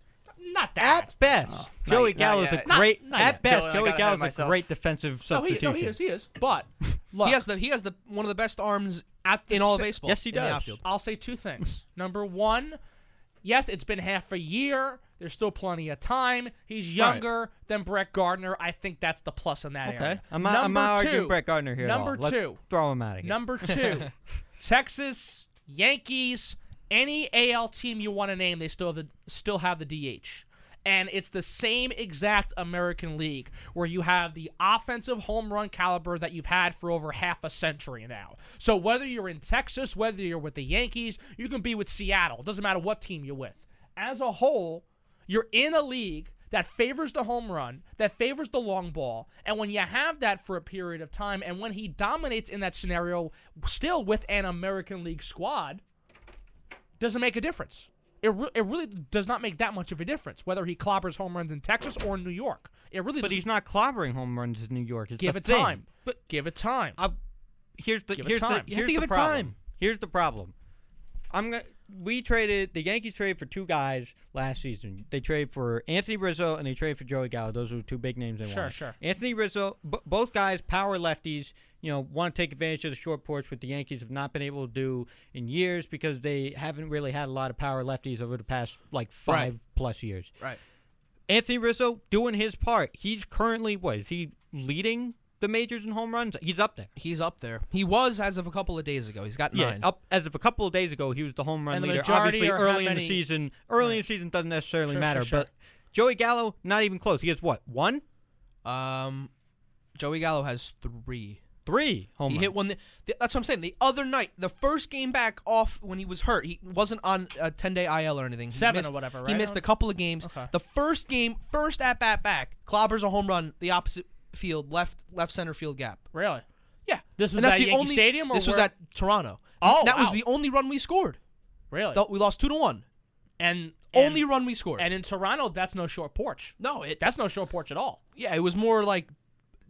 not that. At best, Joey not Gallo's a yet. Not- great. not at yet. best, Dylan, I Joey got ahead of Gallo's a myself. great defensive no, he, substitution. no, he is. He is. But look, he has the he has the one of the best arms at the in all of sa- baseball. Yes, he in the does. outfield. I'll say two things. Number one, yes, it's been half a year. There's still plenty of time. He's younger than Brett Gardner. I think that's the plus in that Okay, area. I'm not, I'm Number not arguing two- Brett Gardner here. Number at all. two. Let's throw him out of here. Number two, Texas Yankees. Any AL team you want to name, they still have the, still have the DH, and it's the same exact American League where you have the offensive home run caliber that you've had for over half a century now. So whether you're in Texas, whether you're with the Yankees, you can be with Seattle. It doesn't matter what team you're with. As a whole, you're in a league that favors the home run, that favors the long ball, and when you have that for a period of time, and when he dominates in that scenario, still with an American League squad, doesn't make a difference. It, re- it really does not make that much of a difference whether he clobbers home runs in Texas or in New York. It really but doesn't he's not clobbering home runs in New York. It's give the it thing. time. But give it time. I, here's the Give it here's the time. here's You have the to give it problem. time. Here's the problem. I'm gonna. We traded the Yankees traded for two guys last season. They traded for Anthony Rizzo and they traded for Joey Gallo. Those were two big names they Sure, wanted. sure. Anthony Rizzo, b- both guys, power lefties. You know, want to take advantage of the short porch, which the Yankees have not been able to do in years because they haven't really had a lot of power lefties over the past like Right. five plus years. Right. Anthony Rizzo doing his part. He's currently what is he leading the majors in home runs? He's up there. He's up there. He was as of a couple of days ago. He's got Yeah, nine. up as of a couple of days ago, he was the home run And the leader. majority Obviously, are how early in the many- season, early in the season doesn't necessarily Sure, matter. sure, sure. But Joey Gallo, not even close. He has what one, Um, Joey Gallo has three. three Oh home He runs. hit one. th- th- that's what I'm saying. The other night, the first game back off when he was hurt, he wasn't on a 10 day IL or anything. He Seven or missed- whatever, He right? missed a couple of games. Okay. The first game, first at bat back, clobbers a home run, the opposite field, left left center field gap. really? Yeah, This was and that's at the Yankee only, Stadium or this was where- at Toronto. Oh, that was wow. the only run we scored. Really? Th- We lost two to one. and, and Only run we scored. and in Toronto, that's no short porch. no, it, That's no short porch at all. yeah, it was more like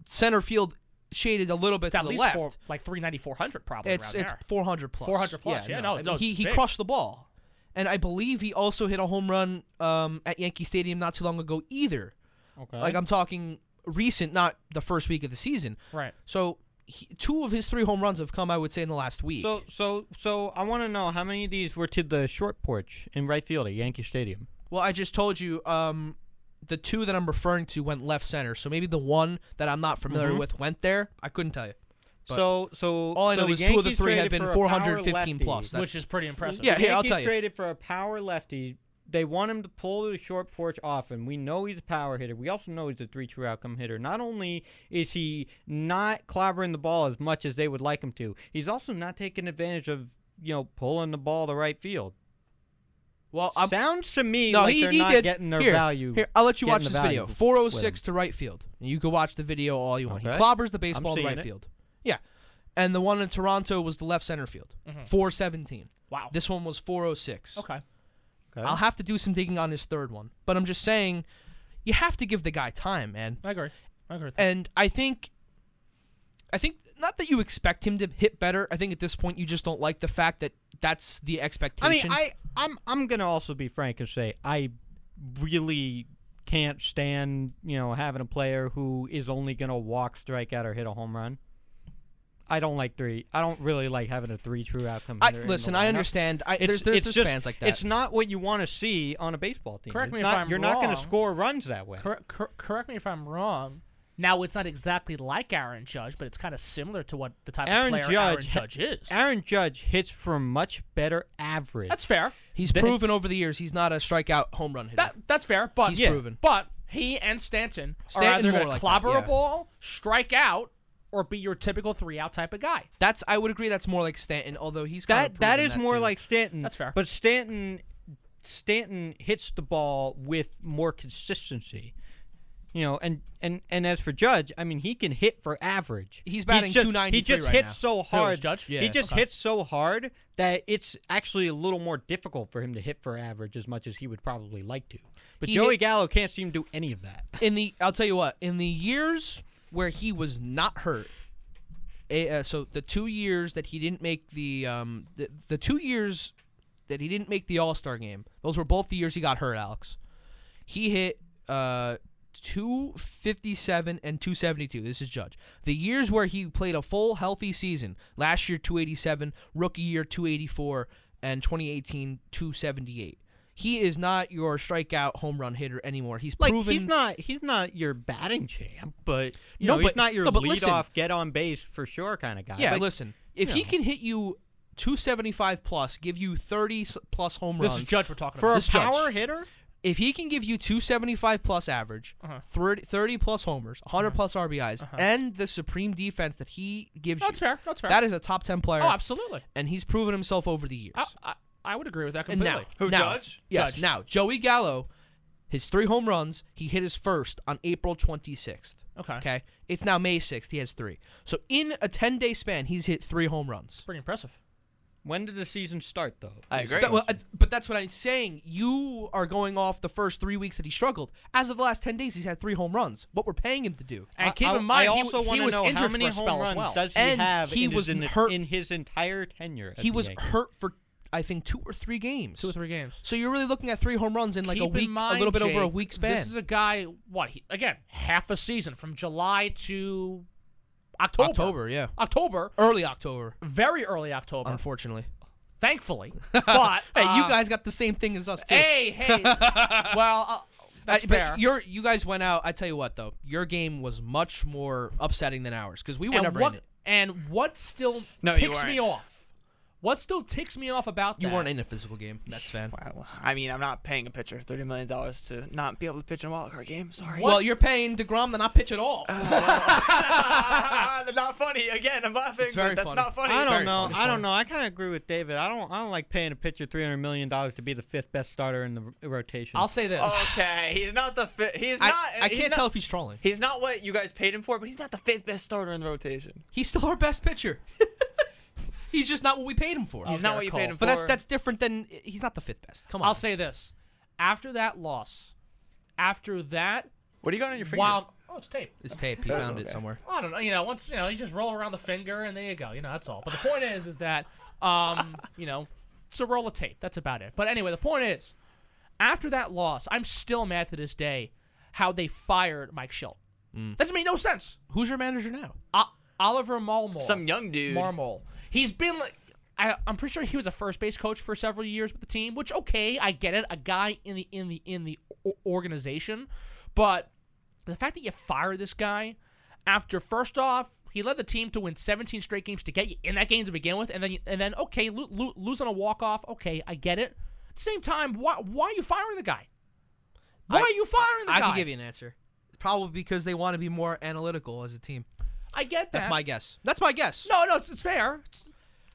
center field shaded a little bit It's to at the least left. four, like 390, 400 probably it's around it's there. 400 plus. 400 plus, yeah, no, I mean, no, it's he he big. crushed the ball, and I believe he also hit a home run um, at Yankee Stadium not too long ago either. Uh-huh. Okay. Like I'm talking recent, not the first week of the season. Right. So he, two of his three home runs have come, I would say, in the last week. so, so, so I want to know how many of these were to the short porch in right field at Yankee Stadium. Well, I just told you um, the two Mm-hmm. that I'm referring to went left center. So maybe the one that I'm not familiar with went there. I couldn't tell you. But so so all I so know the is two of the Yankees three have traded been for a power 415 plus. lefty. That's- which is pretty impressive. Yeah, The here, I'll Yankees tell you. traded for a power lefty. They want him to pull the short porch off him. We know he's a power hitter. We also know he's a three true outcome hitter. Not only is he not clobbering the ball as much as they would like him to, he's also not taking advantage of you know pulling the ball to right field. well, I'm, Sounds to me no, like he, they're he not did. getting their here, value. Here, I'll let you getting watch the this value video. with him. 406 to right field. And you can watch the video all you want. He Okay. clobbers the baseball to seeing right it. field. Yeah. And the one in Toronto was the left center field. 417. Wow. This one was 406. okay. Mm-hmm. Okay. I'll have to do some digging on his third one. But I'm just saying, you have to give the guy time, man. I agree. I agree with that. And I think I think not that you expect him to hit better. I think at this point you just don't like the fact that that's the I mean, expectation. I I'm I'm gonna also be frank and say I really can't stand you know having a player who is only gonna walk, strike out, or hit a home run. I don't like three. I don't really like having a three true outcome. I hitter in the listen, I lineup. understand. I, It's, there's there's, it's there's just, fans like that. It's not what you want to see on a baseball team. Correct It's me if not- I'm You're not going wrong. to score runs that way. Cor- cor- correct me if I'm wrong. Now it's not exactly like Aaron Judge, but it's kind of similar to what the type Aaron of player Judge Aaron ha- Judge is. Aaron Judge hits for much better average. that's fair. he's proven over the years he's not a strikeout home run hitter. That that's fair. But he's yeah. proven. but he and Stanton, are Stanton either going more to like clobber that, yeah. a ball, strike out, or be your typical three out type of guy. That's I would agree. That's more like Stanton, although he's kinda that that proven is more too. like Stanton. That's fair. But Stanton Stanton hits the ball with more consistency. You know, and, and, and as for Judge, I mean, he can hit for average. He's batting just- 293 He just right hits now. so hard. Judge? Yeah. He just Okay. hits so hard that it's actually a little more difficult for him to hit for average as much as he would probably like to. But He Joey hit- Gallo can't seem to do any of that. in the I'll tell you what in the years where he was not hurt. eh, uh, so the two years that he didn't make the um the, the two years that he didn't make the All Star game, those were both the years he got hurt. Alex, he hit uh. 257 and 272. This is Judge. The years where he played a full healthy season last year, 287, rookie year, 284, and 2018, 278. He is not your strikeout home run hitter anymore. He's Like proven he's not he's not your batting champ, but you No, know, he's but- not your no, but lead listen. off get on base for sure kind of guy. Yeah, Like, listen. If he know. can hit you 275 plus, give you 30 s- plus home This runs. is Judge we're talking for about. a This Judge. power hitter, if he can give you 275 plus average, Uh-huh. 30, 30 plus homers, 100 plus RBIs, and the supreme defense that he gives That's you, fair. That's fair. that is a top 10 player, oh, absolutely. and he's proven himself over the years. I, I, I would agree with that and completely. now, Who, now- Judge? Yes, Judge. now Joey Gallo, his three home runs, he hit his first on April 26th. Okay. Okay, it's now May 6th. He has three. So in a 10 day span, he's hit three home runs. Pretty impressive. when did the season start though? I agree. That- well, uh, but that's what I'm saying. You are going off the first three weeks that he struggled. As of the last ten days, he's had three home runs. What we're paying him to do? And I- keep I- in mind, I he- also he, wanna was know injured how many for a spell home as runs well. does he And have he in, was his, in, hurt. in his entire tenure. at He the was Yankees? hurt for I think two or three games. Two or three games. So you're really looking at three home runs in like Keep a in week, a mind, little bit over a Jake, week span. This is a guy, what, he, again, half a season from July to October. October, yeah, October, early October. very early October, Unfortunately, thankfully. But hey, you uh, guys got the same thing as us too. Hey, hey. well, uh, that's I- but fair. Your you guys went out. I tell you what though, your game was much more upsetting than ours because we were and never what, in it. And what still No, you ticks me weren't. off? What still ticks me off about You that? weren't in a physical game. That's fan. Wow. I mean, I'm not paying a pitcher thirty million dollars to not be able to pitch in a wild card game. Sorry. Well, you're paying Degrom to not pitch at all. Uh, that's not funny. Again, I'm laughing. It's very but that's funny. not funny. I Very don't know. funny. I don't know. I kind of agree with David. I don't. I don't like paying a pitcher three hundred million dollars to be the fifth best starter in the r- rotation. I'll say this. Oh, Okay, he's not the fifth. He's I, not. I he's can't not- tell if he's trolling. He's not what you guys paid him for, but he's not the fifth best starter in the rotation. He's still our best pitcher. he's just not what we paid him for. He's Okay, not what you Cole. paid him for. but that's that's different than he's not the fifth best. Come on. I'll say this. After that loss, after that, What do you got on your finger? while oh, it's tape. it's tape. He found it okay. somewhere. I don't know. You know, once you know, you just roll around the finger, and there you go. You know, that's all. But the point is, is that, um, you know, it's a roll of tape. That's about it. But anyway, the point is, after that loss, I'm still mad to this day how they fired Mike Schilt. Mm. That doesn't make no sense. Who's your manager now? O- Oliver Malmol. Some young dude. Marmol. He's been like. I, I'm pretty sure he was a first base coach for several years with the team, which okay, I get it. A guy in the in the in the o- organization, but the fact that you fire this guy after first off He led the team to win 17 straight games to get you in that game to begin with, and then and then okay, lo- lo- lose on a walk off. Okay, I get it. At the same time, why why are you firing the guy? Why I- are you firing the I guy? can give you an answer. Probably because they want to be more analytical as a team. I get that. That's my guess. That's my guess. No, no, it's, it's fair. It's,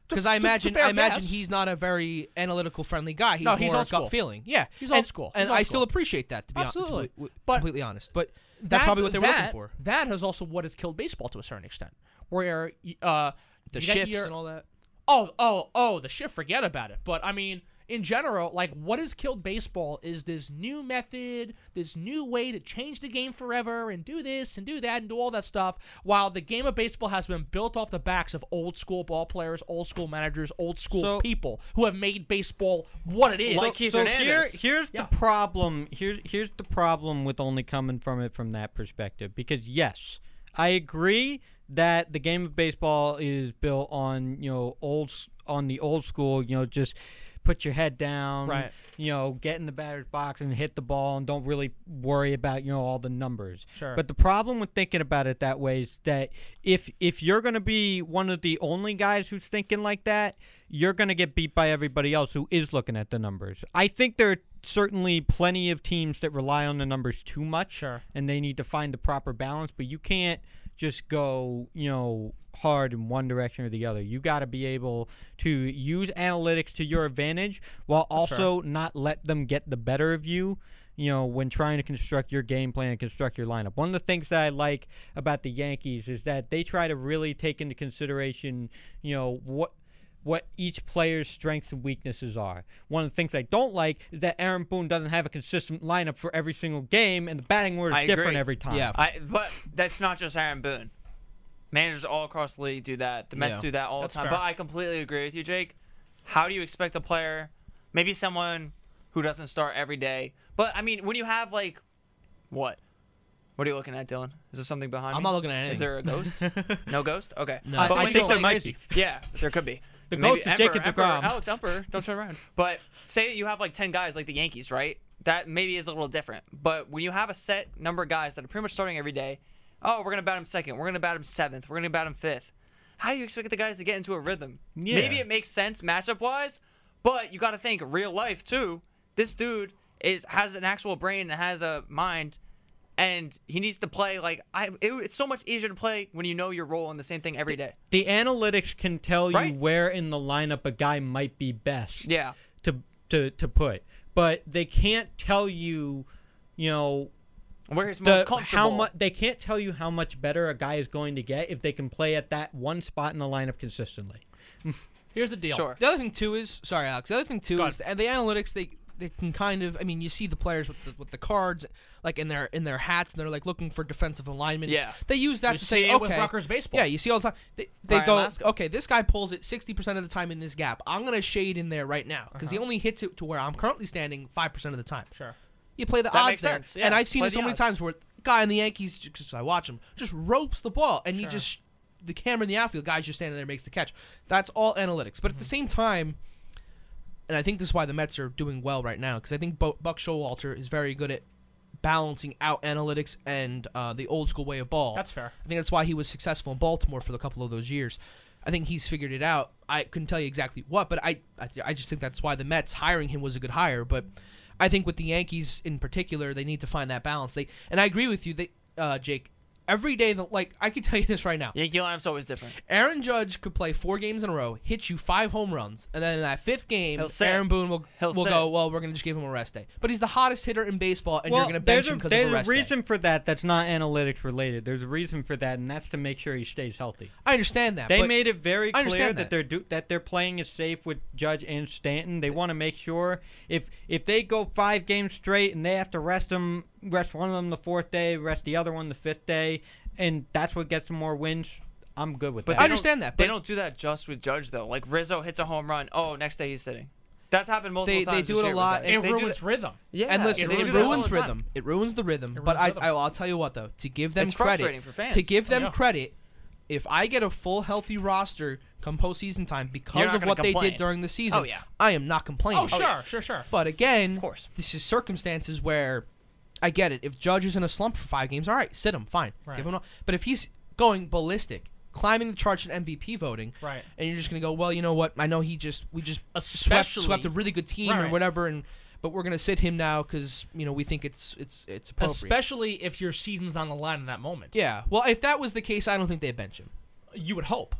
Because I it's a imagine, fair I imagine guess. he's not a very analytical friendly guy. He's No, he's more old school. gut feeling. Yeah, He's and, old school. He's and old I school. still appreciate that. To be hon- to be Absolutely. w- w- But completely honest, but that's that- probably what they were that- looking for. That is also what has killed baseball to a certain extent. Where uh, The you got shifts your- and all that. Oh, oh, oh, the shift, forget about it. But I mean, in general, like what has killed baseball is this new method, this new way to change the game forever and do this and do that and do all that stuff, while the game of baseball has been built off the backs of old school ball players, old school managers, old school So- people who have made baseball what it is. Like Keith so here, Hernandez. here's Yeah. the problem. Here's here's the problem with only coming from it from that perspective. Because yes, I agree that the game of baseball is built on you know old s- on the old school. You know, just put your head down. Right. You know, get in the batter's box and hit the ball, and don't really worry about you know all the numbers. Sure. But the problem with thinking about it that way is that if if you're going to be one of the only guys who's thinking like that, you're going to get beat by everybody else who is looking at the numbers. I think there are certainly plenty of teams that rely on the numbers too much, Sure. and they need to find the proper balance. But you can't just go, you know, hard in one direction or the other. You got to be able to use analytics to your advantage while also not let them get the better of you you know, when trying to construct your game plan and construct your lineup. One of the things that I like about the Yankees is that they try to really take into consideration, you know, what what each player's strengths and weaknesses are. One of the things I don't like is that Aaron Boone doesn't have a consistent lineup for every single game and the batting order is I different agree. every time. Yeah. I, but that's not just Aaron Boone. Managers all across the league do that. The Mets Yeah. do that all That's the time. fair. But I completely agree with you, Jake. How do you expect a player, maybe someone who doesn't start every day? But I mean, when you have like, what? What are you looking at, Dylan? Is there something behind I'm me? not looking at anything. Is there a ghost? no ghost? Okay. No. I, But I when think you- there might crazy. be. yeah, there could be. The Maybe ghost is Jacob Emperor, deGrom. Alex Emperor, don't turn around. But say that you have like 10 guys like the Yankees, right? That maybe is a little different. But when you have a set number of guys that are pretty much starting every day, oh, we're going to bat him second. We're going to bat him seventh. We're going to bat him fifth. How do you expect the guys to get into a rhythm? Yeah. Maybe it makes sense matchup wise, but you got to think real life too. This dude is has an actual brain and has a mind and he needs to play like I it, it's so much easier to play when you know your role in the same thing every day. The analytics can tell you Right. where in the lineup a guy might be best. Yeah. To to to put. But they can't tell you, you know, Where he's the- most comfortable. how much they can't tell you how much better a guy is going to get if they can play at that one spot in the lineup consistently. Here's the deal. Sure. The other thing too is sorry, Alex. The other thing too Go is the, the analytics. They they can kind of. I mean, you see the players with the, with the cards, like in their in their hats, and they're like looking for defensive alignment. Yeah. They use that You to see say it okay. with Rutgers baseball. Yeah, you see all the time. They, they Brian go Lasko. okay. This guy pulls it sixty percent of the time in this gap. I'm gonna shade in there right now because he Uh-huh. only hits it to where I'm currently standing five percent of the time. Sure. You play the That odds makes there, sense, yeah. and I've seen Play it so the many odds. times where guy in the Yankees, because I watch him, just ropes the ball, and you Sure. just the camera in the outfield, guy's just standing there, makes the catch. That's all analytics. But at Mm-hmm. the same time, and I think this is why the Mets are doing well right now, because I think Bo- Buck Showalter is very good at balancing out analytics and uh, the old school way of ball. That's fair. I think that's why he was successful in Baltimore for a couple of those years. I think he's figured it out. I couldn't tell you exactly what, but I, I, I just think that's why the Mets hiring him was a good hire. But I think with the Yankees in particular, they need to find that balance. They and I agree with you, they, uh, Jake. Every day that like I can tell you this right now, Yankee lineup's always different. Aaron Judge could play four games in a row, hit you five home runs, and then in that fifth game, He'll sit. Aaron Boone will He'll will sit. go. Well, we're gonna just give him a rest day. But he's the hottest hitter in baseball, and you're gonna bench there's a, him because there's of a rest a reason day. for that that's not analytics related. There's a reason for that, and that's to make sure he stays healthy. I understand that. They but- made it very I clear that. understand that. they're do- that they're playing it safe with Judge and Stanton. They want to make sure if if they go five games straight and they have to rest them, rest one of them the fourth day, rest the other one the fifth day, and that's what gets them more wins. I'm good with But that. they I don't- understand that, They but- don't do that just with Judge though. Like Rizzo hits a home run. Oh, next day he's sitting. That's happened multiple They- they times. do this it a year with lot, Judge. It They do ruins that- rhythm. Yeah, and listen, they do it that all ruins the time. rhythm. It ruins the rhythm. It but ruins I, rhythm. I, I'll tell you what though, to give them It's frustrating credit, for fans. to give them Yeah. credit, if I get a full healthy roster come postseason time because not of gonna what they complain. did during the season, Oh, yeah. I am not complaining. Oh, sure, sure, sure. But again, Of course. this is circumstances where I get it. If Judge is in a slump for five games, all right, sit him, fine. Right. Give him. A, but if he's going ballistic climbing the charts in MVP voting. Right. And you're just gonna go, well, you know what? I know he just we just swept, Especially- swept a really good team or Right. whatever, and but we're gonna sit him now because you know we think it's it's it's appropriate. Especially if your season's on the line in that moment. yeah. Well, if that was the case, I don't think they'd bench him. You would hope.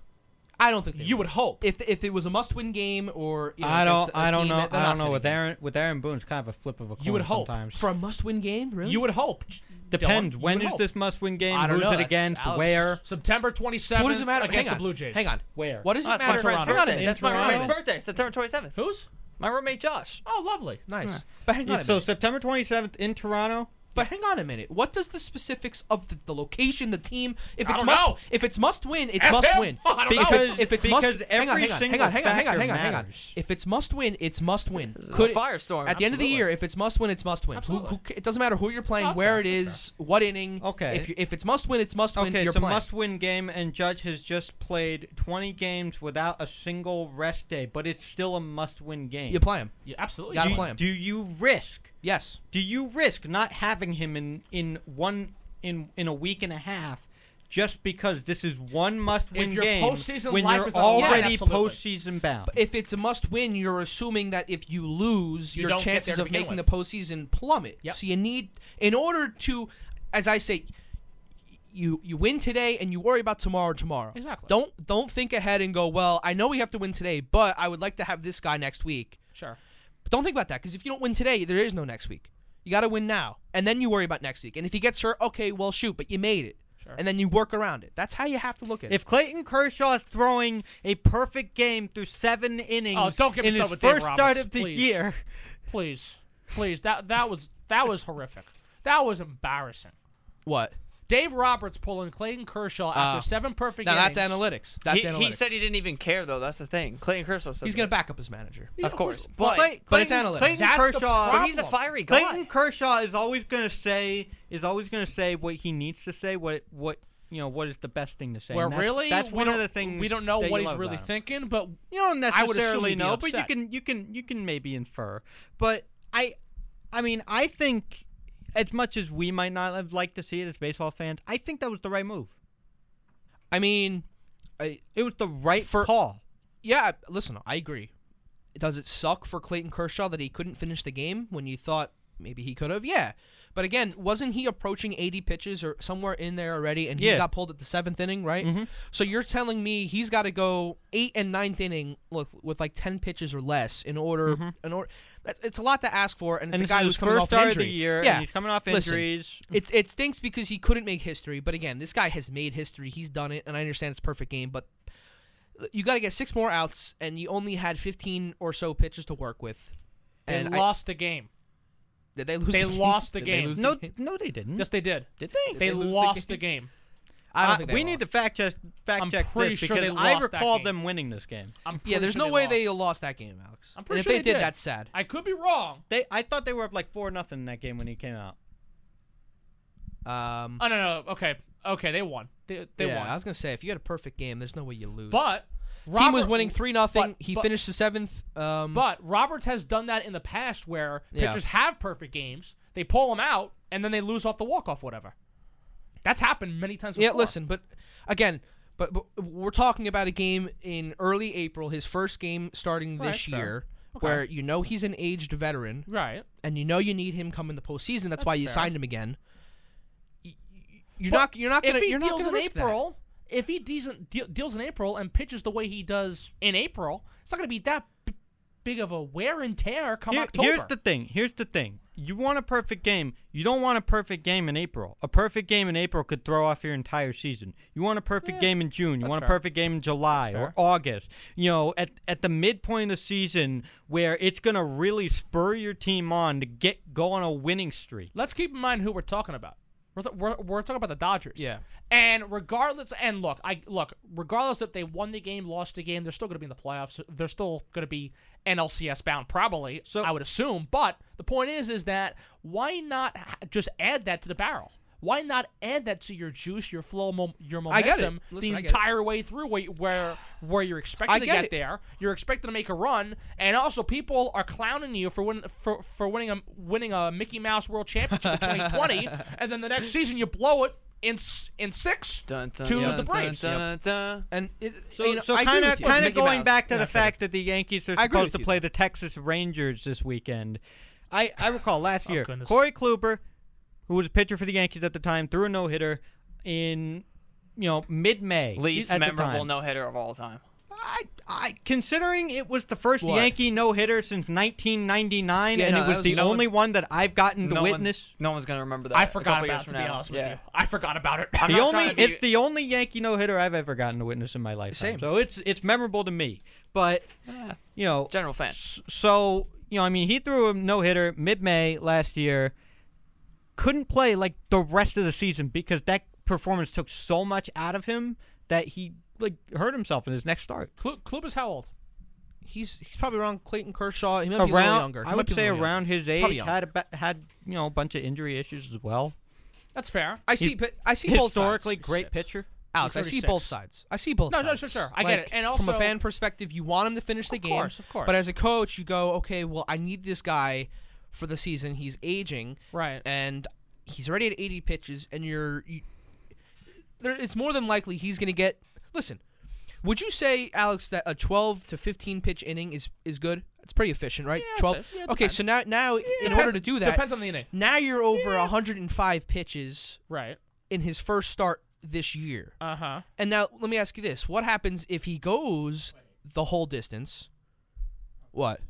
I don't think they You would hope. If if it was a must-win game or you know, I don't. against a I don't team know. that they're I not don't know. sitting With in. Aaron, with Aaron Boone, it's kind of a flip of a coin. would hope. sometimes. for a must-win game, really? You would hope. J- Depends. Dylan, you when would is hope. this must-win game? I don't Who's know, it that's against? Alex. Where? September 27th what does it matter? against hang on. the Blue Jays. Hang on. Where? What does Oh, it that's my matter? roommate's Hang on a birthday. minute. That's my Hang on a roommate's minute. birthday, September 27th. Who's? My roommate Josh. Oh, lovely. Nice. But hang on. Yeah, a so minute. September 27th in Toronto. But hang on a minute. What does the specifics of the, the location, the team, if I it's don't must, know. if it's must win, it's Ask must him. win. I don't know. If it's, Because- if it's because must, hang on, every hang on, hang single on, hang on, hang on, factor hang on, hang on. matters. If it's must win, it's must win. This is Could a firestorm. at the end of the absolutely. year, if it's must win, it's must win. Who, who, Absolutely. ca- it doesn't matter who you're playing, No, it's where fair, it it's is, what inning. Okay. If, you, if it's must win, it's must win. Okay, you're so playing. must-win game, and Judge has just played 20 games without a single rest day, but it's still a must-win game. You play him. Yeah, absolutely. Gotta do, play him. do you risk? Yes. Do you risk not having him in in one in in a week and a half? Just because this is one must-win your game postseason when life you're is on the line, already absolutely. postseason bound. If it's a must win, you're assuming that if you lose, You your don't get there chances to of begin making with. the postseason plummet. Yep. So you need, in order to, as I say, you you win today and you worry about tomorrow. Tomorrow. Exactly. Don't don't think ahead and go. Well, I know we have to win today, but I would like to have this guy next week. Sure. But don't think about that because if you don't win today, there is no next week. You got to win now, and then you worry about next week. And if he gets hurt, okay, well shoot, but you made it, Sure. and then you work around it. That's how you have to look at it. If Clayton Kershaw's throwing a perfect game through seven innings Oh, don't get me in his started with first Dave start Roberts, of the please. year, Please. Please. That that was that was horrific. That was embarrassing. what? Dave Roberts pulling Clayton Kershaw Uh, after seven perfect Now innings. that's analytics. That's he, analytics. he said he didn't even care though. That's the thing. Clayton Kershaw said He's that. going to back up his manager. Yeah, of course, Well, but Clay- but it's Clayton- analytics. Clayton That's the Kershaw, but he's a fiery guy. Clayton Kershaw is always going to say is always going to say what he needs to say. What what you know what is the best thing to say. Where and that's, really that's we one of don't- the things we don't know that what you he's love really about him. thinking, but You don't I would assume necessarily he'd be know, but you upset. can you can you can maybe infer. But I, I mean, I think as much as we might not have liked to see it as baseball fans, I think that was the right move. I mean, I, It was the right For- call. yeah, listen, I agree. Does it suck for Clayton Kershaw that he couldn't finish the game when you thought maybe he could have? Yeah. But again, wasn't he approaching 80 pitches or somewhere in there already and Yeah. Mm-hmm. he got pulled at the seventh inning, right? So you're telling me he's got to go eight and ninth inning look, with like 10 pitches or less in order. In order that's, it's a lot to ask for, and it's Mm-hmm. And a guy this who's is his coming first off start an of injury. the year, yeah. and he's coming off Listen, injuries. it's it stinks because he couldn't make history. But again, this guy has made history. He's done it, and I understand it's a perfect game. But you got to get six more outs, and you only had 15 or so pitches to work with. they And I- lost the game. did they lose. they the game? lost the Did they game. lose the No, game? no, they didn't. Yes, they did. did they? They, they lose the lost the game? game. I don't Uh, think we need to fact check fact I'm check pretty this sure because they I lost that recall game. them winning this game. I'm Yeah, pretty there's sure no way lost. they lost that game, Alex. I'm and pretty if sure they, they did, did. that's sad. I could be wrong. They, I thought they were up like four nothing that game when he came out. Um, Oh no, no, okay, okay, they won. They, they yeah, won. I was gonna say if you had a perfect game, there's no way you lose. but team was Robert- winning three nothing. but- He but- finished the seventh. Um, But Roberts has done that in the past, where Yeah. pitchers have perfect games, they pull them out, and then they lose off the walk off, whatever. That's happened many times. Yeah, before. listen, but again, but, but we're talking about a game in early April, his first game starting Right, this fair. year, where you know he's an aged veteran Right. and you know you need him come in the postseason. That's, why you fair. signed him again. Y- y- You're But not. You're not gonna. if he you're deals not gonna in risk that. April, if he decent de- deals in April and pitches the way he does in April, it's not going to be that b- big of a wear and tear come Here- October. Here's the thing. Here's the thing. You want a perfect game. You don't want a perfect game in April. A perfect game in April could throw off your entire season. You want a perfect Yeah, game in June. You that's want a fair. perfect game in July or That's fair. August. You know, at at the midpoint of the season where it's gonna really spur your team on to get go on a winning streak. Let's keep in mind who we're talking about. We're, th- we're, we're talking about the Dodgers. Yeah. And regardless, and look, I look, regardless if they won the game, lost the game, they're still going to be in the playoffs. They're still going to be NLCS bound, probably. So- I would assume. But the point is, is that why not ha- just add that to the barrel? Why not add that to your juice, your flow, mom- your I get it. momentum, Listen, the I get it. entire way through where, where where you're expected I to get get it. there, you're expected to make a run, and also people are clowning you for win, for for winning a winning a Mickey Mouse World Championship in 2020, and then the next season you blow it in s- in six. Dun, dun, Two of dun, the Braves. Dun, dun, dun. And it, So, you know, so I agree kind of with you. kind of Mickey going Mouse. back to Yeah, the fair. fact that the Yankees are I agree with supposed to you, play the Texas Rangers this weekend. I, I recall last Oh, year goodness. Corey Kluber, who was a pitcher for the Yankees at the time, threw a no hitter in you know mid May. Least at the memorable time. no hitter of all time. I, I considering it was the first What? Yankee no hitter since 1999, Yeah, and no, it that was, was- the no only one that I've gotten to No witness. one's, no one's gonna remember that. I a forgot couple about years it, to from be now. honest with yeah. you. I forgot about it. I'm the not only trying to be- it's the only Yankee no hitter I've ever gotten to witness in my life. Same. So it's it's memorable to me. But you know, general fan. s- so you know, I mean, he threw a no hitter mid May last year. Couldn't play like the rest of the season because that performance took so much out of him that he like hurt himself in his next start. Klu- Kluber's how old? He's he's probably around Clayton Kershaw. He might be a little around, younger. He I might would be a say little younger. around his He's probably age younger. had a, ba- had you know a bunch of injury issues as well. That's fair. I see. but I see both sides. Historically great Six. pitcher. Alex, I He's see 36. both sides. I see both. No, sides. no, sure, sure. I get it. And from also- a fan perspective, you want him to finish the Of game, course, of course. But as a coach, you go, okay, well, I need this guy for the season. He's aging, Right. And he's already at 80 pitches, and you're, you, there, it's more than likely he's going to get. Listen, would you say, Alex, that a 12 to 15 pitch inning is is good? It's pretty efficient, right? Yeah, I'd 12. say- yeah, it okay, so now now in Depends- order to do that, depends on the inning. now you're over 105 pitches Right. in his first start this year. Uh huh. And now let me ask you this: What happens if he goes the whole distance? What?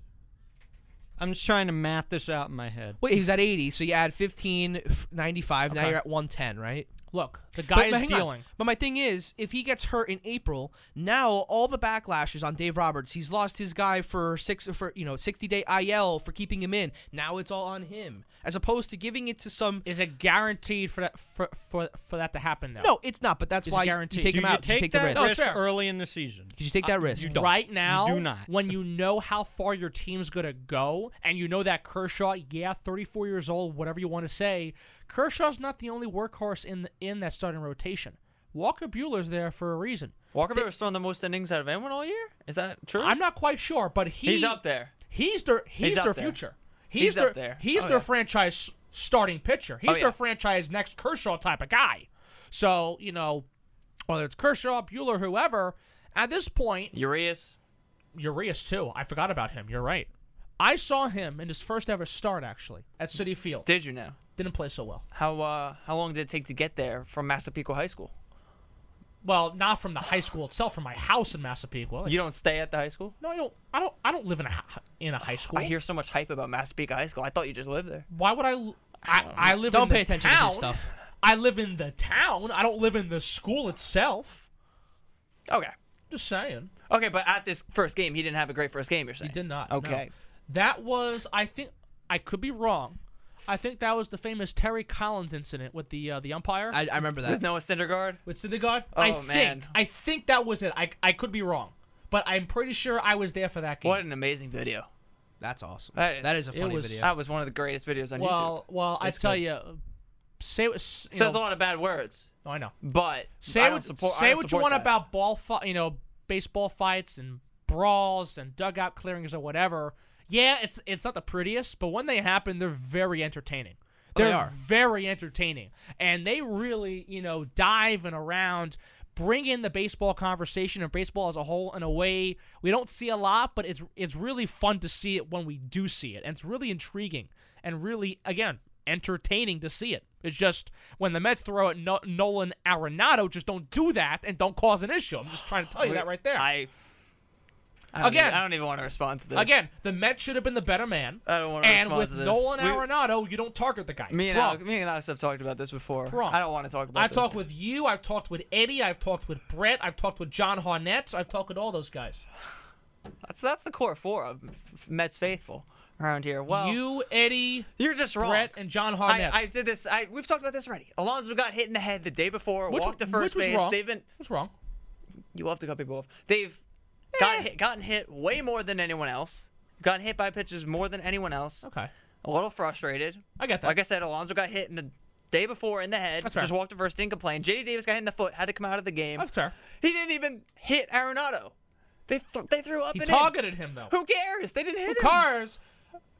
I'm just trying to math this out in my head. Wait, he was at 80, so you add 15, f- 95. Now Okay. you're at 110, right? Look, the guy is hang on. dealing. But my thing is, if he gets hurt in April, now all the backlash is on Dave Roberts. He's lost his guy for six for you know 60 day IL for keeping him in. Now it's all on him, as opposed to giving it to some. Is it guaranteed for that for for, for that to happen though? No, it's not. But that's Is it why you- you guaranteed? take Do him you out. take, you take that the risk. No, Because it's fair. early in the season. you take Uh, that risk. you don't. Right now, do not. when you know how far your team's going to go, and you know that Kershaw, yeah, 34 years old, whatever you want to say, Kershaw's not the only workhorse in the, in that starting rotation. Walker Bueller's there for a reason. Walker Buehler's thrown the most innings out of anyone all year. Is that true? I'm not quite sure, but he, He's up there. He's their he's, He's up their there. future. He's their, up there. He's Oh, their yeah. franchise starting pitcher. He's Oh, their yeah. franchise next Kershaw type of guy. So you know, whether it's Kershaw, Bueller, whoever, at this point, Urias. Urias too. I forgot about him. You're right. I saw him in his first ever start actually at City Field. Did you know Didn't play so well. how uh, how long did it take to get there from Massapequa High School? Well, not from the high school itself, from my house in Massapequa. Like, You don't stay at the high school. no, I don't. I don't. I don't live in a hi- in a high school. I hear so much hype about Massapequa High School. I thought you just lived there. Why would I? l- I, I live. Don't in pay the attention to town. his stuff. I live in the town. I don't live in the school itself. Okay. Just saying. Okay, but at this first game, he didn't have a great first game. You're He saying did not. no. Okay. That was. I think. I could be wrong. I think that was the famous Terry Collins incident with the uh, the umpire. I, I remember that. with Noah Syndergaard. With Syndergaard? Oh, I think, man. I think that was it. I, I could be wrong, but I'm pretty sure I was there for that game. What an amazing video! That's awesome. That is- that is a it funny was- video. That was one of the greatest videos on YouTube. Well, well, I It's tell good. you, say what s- you Says know, a lot of bad words, oh, I know. but Say I what don't support. I say don't what you support want that. about ball, fi- you know, baseball fights and brawls and dugout clearings or whatever. Yeah, it's it's not the prettiest, but when they happen, they're very entertaining. they Oh, They're are. very entertaining, and they really you know dive and around. Bring in the baseball conversation and baseball as a whole in a way we don't see a lot, but it's it's really fun to see it when we do see it, and it's really intriguing and really again entertaining to see it. It's just when the Mets throw at no- Nolan Arenado, just don't do that and don't cause an issue. I'm just trying to tell you that right there. I, I don't Again. even- I don't even want to respond to this. Again, the Mets should have been the better man. I don't wanna And respond with to this. Nolan We- Arenado, you don't target the guy. Me It's and, wrong. Alex, me and Alex have talked about this before. wrong. I don't want to talk about I've this. talked with you. I've talked with Eddie. I've talked with Brett. I've talked with John Harnett. I've talked with all those guys. That's, that's the core four of Mets faithful around here. Well, you, Eddie, you're just wrong. Brett, and John Oh. I, Harnett. I did this. I we've talked about this already. Alonzo got hit in the head the day before. Which- walked to first which was base. wrong. They've been What's wrong? you love to cut people off. They've Eh. got hit, gotten hit way more than anyone else. Gotten hit by pitches more than anyone else. Okay. A little frustrated. I get that. Like I said, Alonzo got hit in the day before in the head. That's fair. just walked to first, didn't complain. JD Davis got hit in the foot, had to come out of the game. That's fair. He didn't even hit Arenado. They th- they threw up He and in. targeted him, though. Who cares? They didn't hit him. Cars,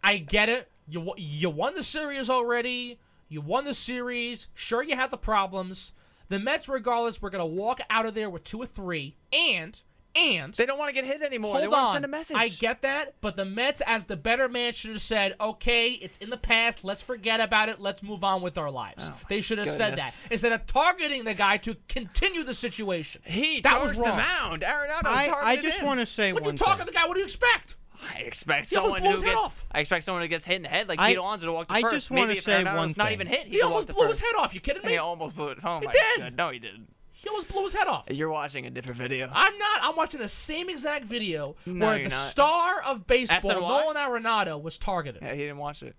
I get it. You w- you won the series already. You won the series. Sure, you had the problems. The Mets, regardless, we're gonna walk out of there with two or three, and and They don't want to get hit anymore. they Hold want on. to send a message. I get that, but the Mets, as the better man, should have said, "Okay, it's in the past. Let's forget about it. Let's move on with our lives." they should have said that Oh, goodness. instead of targeting the guy to continue the situation. He that towards was the wrong. mound. Arenado I, I targeted just him. want to say When one you talk to thing. the guy, what do you expect? I expect He almost someone blew who his head gets. off. I expect someone who gets hit in the head, like I- Vito Alonso, to walk to I first. just wanna Maybe if say Arenado's one not thing. even hit, He he, can walk almost to blew first. his head off. You kidding He me? almost blew it. Oh my did. god! No, he didn't. He almost blew his head off. You're watching a different video. I'm not. I'm watching the same exact video No, where you're the not. star of baseball, SNY? Nolan Arenado, was targeted. yeah, he didn't watch it.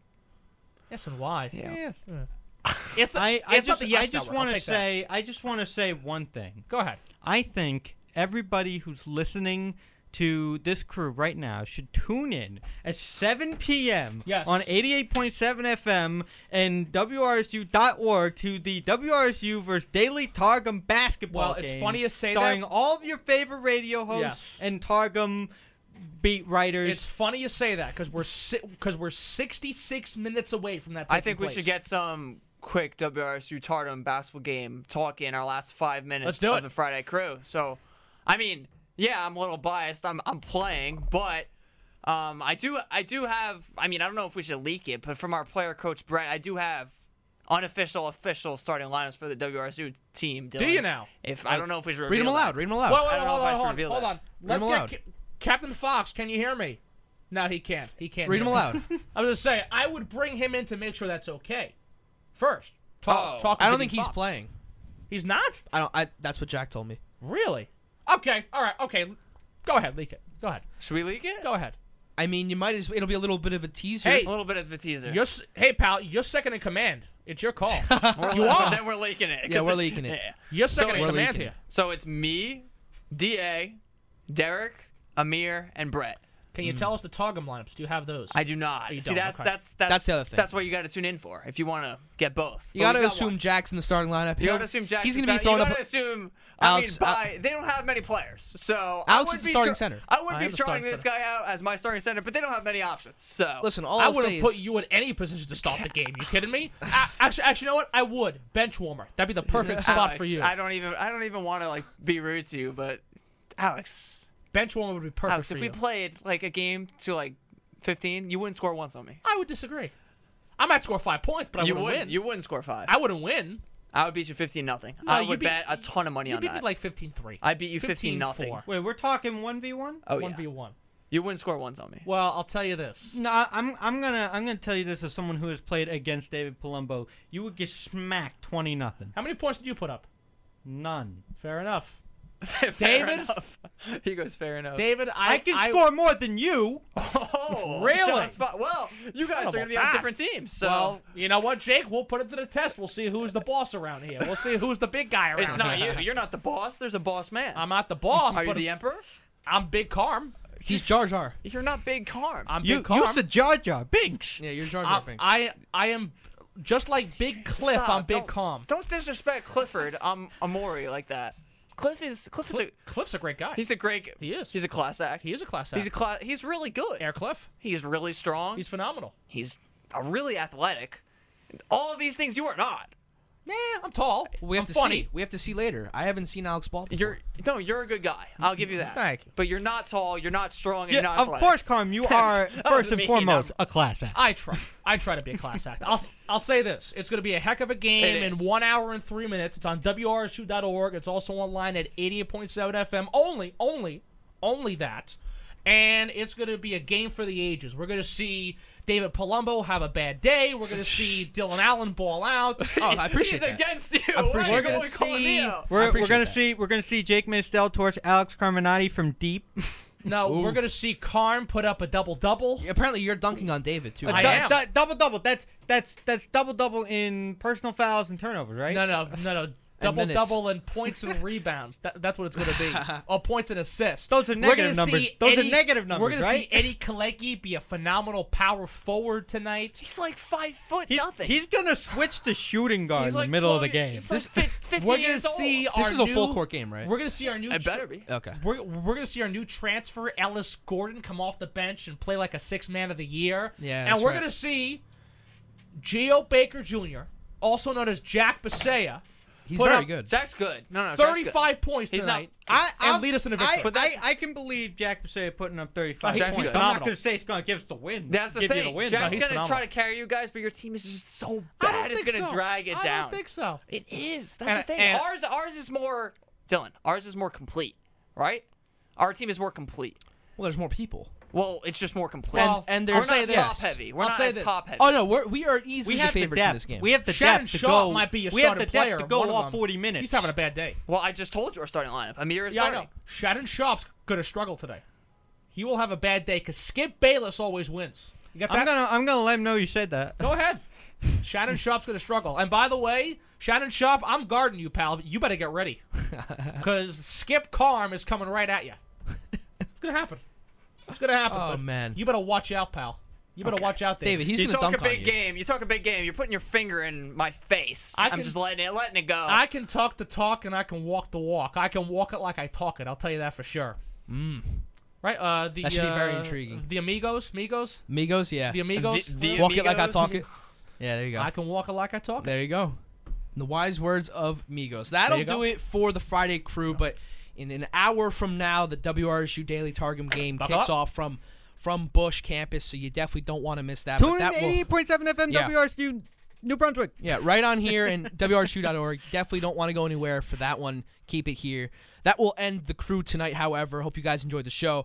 Yes and why? Yeah. It's, I, it's I not just, the yes I just want to say I just want to say one thing. Go ahead. I think everybody who's listening to this crew right now should tune in at 7 p.m. Yes. on 88.7 FM and WRSU.org to the WRSU versus Daily Targum basketball Well, it's game funny you say that. starring all of your favorite radio hosts Yes. and Targum beat writers. It's funny you say that because we're because we're 66 minutes away from that. I taking think we should place. get some quick WRSU Tartum basketball game talk in our last five minutes Let's do of it. the Friday crew. So, I mean, yeah, I'm a little biased. I'm I'm playing, but um, I do I do have. I mean, I don't know if we should leak it, but from our player coach Brett, I do have unofficial official starting lineups for the WRSU team. Dylan. Do you now? If I don't know if we should Read them reveal that. aloud. Read them aloud. Wait, wait, I don't know hold if I on, should hold on, reveal hold that. on. Let's them get aloud. Ca- Captain Fox. Can you hear me? No, he can't. He can't. Read hear them me. aloud. I was just saying, I would bring him in to make sure that's okay. First, talk. Oh. talk I don't to think Biggie he's Fox. playing. He's not. I don't. I, that's what Jack told me. Really? Okay. All right. Okay. Go ahead. Leak it. Go ahead. Should we leak it? Go ahead. I mean, you might as. It'll be a little bit of a teaser. Hey. A little bit of a teaser. You're s- hey pal. You're second in command. It's your call. We're- you are. Then we're leaking it. 'cause Yeah, we're it's- leaking it. yeah. You're second in we're command leaking. here. So it's me, Da, Derek, Amir, and Brett. Can you Mm-hmm. tell us the Targum lineups? Do you have those? I do not. you See, don't, that's, okay. that's that's That's the other thing. That's what you got to tune in for if you want to get both. You But we gotta got assume one. Jack's in the starting lineup. You He'll- gotta assume Jack's He's gonna gonna be throwing you up. gotta assume. I Alex- mean, by, they don't have many players, so I Alex would is the be starting try- center. I would I be am the trying starting this center. guy out as my starting center, but they don't have many options. So Listen, all I I'll say wouldn't put is, you in any position to stop the game. You kidding me? I, actually, actually, you know what? I would bench warmer. That'd be the perfect spot Alex, for you. I don't even I don't even want to like be rude to you, but Alex, bench warmer would be perfect Alex, for if you. we played like a game to like 15, you wouldn't score once on me. I would disagree. I might score five points, but I you wouldn't wouldn't. win. You wouldn't score five. I wouldn't win. I would beat you 15 nothing. I you would beat- bet a ton of money You on beat that. me like 15-3. I beat you 15 nothing. 15-4. Wait, we're talking 1v1? oh yeah. 1v1. You wouldn't score once on me. Well, I'll tell you this. No, I- I'm I'm gonna I'm gonna tell you this as someone who has played against David Palumbo. You would get smacked twenty nothing. How many points did you put up? None. Fair enough. Fair David? enough. he goes fair enough. David, I, I, can score more than you. Oh, Really? shots fi- Well, you guys are gonna be on Incredible. different teams, so Well, you know what, Jake? We'll put it to the test. We'll see who's the boss around here. We'll see who's the big guy around it's not here. you. You're not the boss. There's a boss man. I'm not the boss, are you but the emperor? I'm Big Carm. he's Jar Jar. You're not Big Carm. I'm You Big Carm. you said Jar Jar Binks. Yeah, you're Jar Jar. I, Binks. I I am just like Big Cliff. Stop. I'm Big Don't- Calm. Don't disrespect Clifford. I'm Amori like that. Cliff is Cliff is a Cliff's a great guy. he's a great He is. he's a class act. he is a class act. he's a class he's really good. Air Cliff. He's really strong. He's phenomenal. He's a really athletic. All of these things you are not. Nah, I'm tall. we have I'm to funny. see. We have to see later. I haven't seen Alex Ball. Before. You're no, you're a good guy. I'll give you that. Thank you. But you're not tall. You're not strong. And Yeah, you're not of athletic. course, Carm. You are That was first and mean. foremost a class act. I try. I try to be a class act. I'll, s- I'll say this. It's going to be a heck of a game It in is. one hour and three minutes. It's on WRSU.org. It's also online at 88.7 FM. Only, only, only that. And it's going to be a game for the ages. We're going to see David Palumbo have a bad day. We're going to see Dylan Allen ball out. oh, I appreciate He's that. against you. appreciate Why are you that. going calling me out? We're, we're appreciate gonna that. see we're gonna see Jake Mansell torch Alex Carminati from deep. No, we're going to see Karn put up a double double. Apparently, you're dunking on David too. I right? am. double double. That's that's that's double double in personal fouls and turnovers, right? No, no, no, no. Double minutes. double and points and rebounds. That, that's what it's going to be. Or points and assists. Those are We're negative gonna see numbers. Those are negative We're numbers, gonna see right? Eddie Kolecki be a phenomenal power forward tonight. He's like five foot He's, nothing. he's gonna switch to shooting guard in the like middle of the 20 game. He's like fif- 15 We're gonna years old. see our This is a full new- court game, right? We're gonna see our new. It better be. Okay. We're, we're gonna see our new transfer Ellis Gordon come off the bench and play like a six man of the year. Yeah, and that's we're right. gonna see Geo Baker Jr., also known as Jack Basea, He's Put very up good. Jack's good. No, no, Jack's good. 35 points He's not- tonight. I, and I'll- lead us in a I- victory. But I, that's- I, can believe Jack Passay putting up 35 Jack's points. I'm phenomenal. not going to say it's going to give us the win. That's the give you thing. win, Jack's but- gonna phenomenal. try to carry you guys, but your team is just so I don't bad. It's think gonna so. drag it I down. don't think so. It is. That's And- the thing. and- ours, ours is more. Dylan, ours is more complete, right? Our team is more complete. Well, there's more people. Well, it's just more complete. And- Well, and we're there's- not I'll say top this. heavy. We're I'll not say as this. top heavy. Oh no, we're we are easily we the have the favorites depth. in this game. We have the Shannon depth to Shaw go. might be a we have starting the depth player, to one go of all them. 40 minutes. He's having a bad day. Well, I just told you our starting lineup. Amir is Yeah, I starting. know. Shannon Sharp's going to struggle today. He will have a bad day because Skip Bayless always wins. You got that? I'm gonna I'm gonna let him know you said that. Go ahead. Shannon Sharp's going to struggle. And by the way, Shannon Sharp, I'm guarding you, pal. But you better get ready because Skip Carm is coming right at you. It's going to happen. It's going to happen. Oh, but man. You better watch out, pal. You better watch out, David. David, he's you gonna talk dunk a on big you. game. You talk a big game. You're putting your finger in my face. I I'm can- just letting it, letting it go. I can talk the talk and I can walk the walk. I can walk it like I talk it. I'll tell you that for sure. Right? Uh, the, That should be very uh, intriguing. The Amigos, Migos, Migos, yeah. the Amigos. the- Walk it like I Amigos. talk it. Yeah, there you go. I can walk it like I talk it. There you go. The wise words of Migos. That'll you do go. it for the Friday crew. But in an hour from now, the WRSU Daily Targum game Buckle kicks up. off from from Bush campus, so you definitely don't want to miss that. Tune but in that to will- 88.7 FM Yeah. WRSU New Brunswick. yeah, right on here and WRSU.org. Definitely don't want to go anywhere for that one. Keep it here. That will end the crew tonight. However, hope you guys enjoyed the show.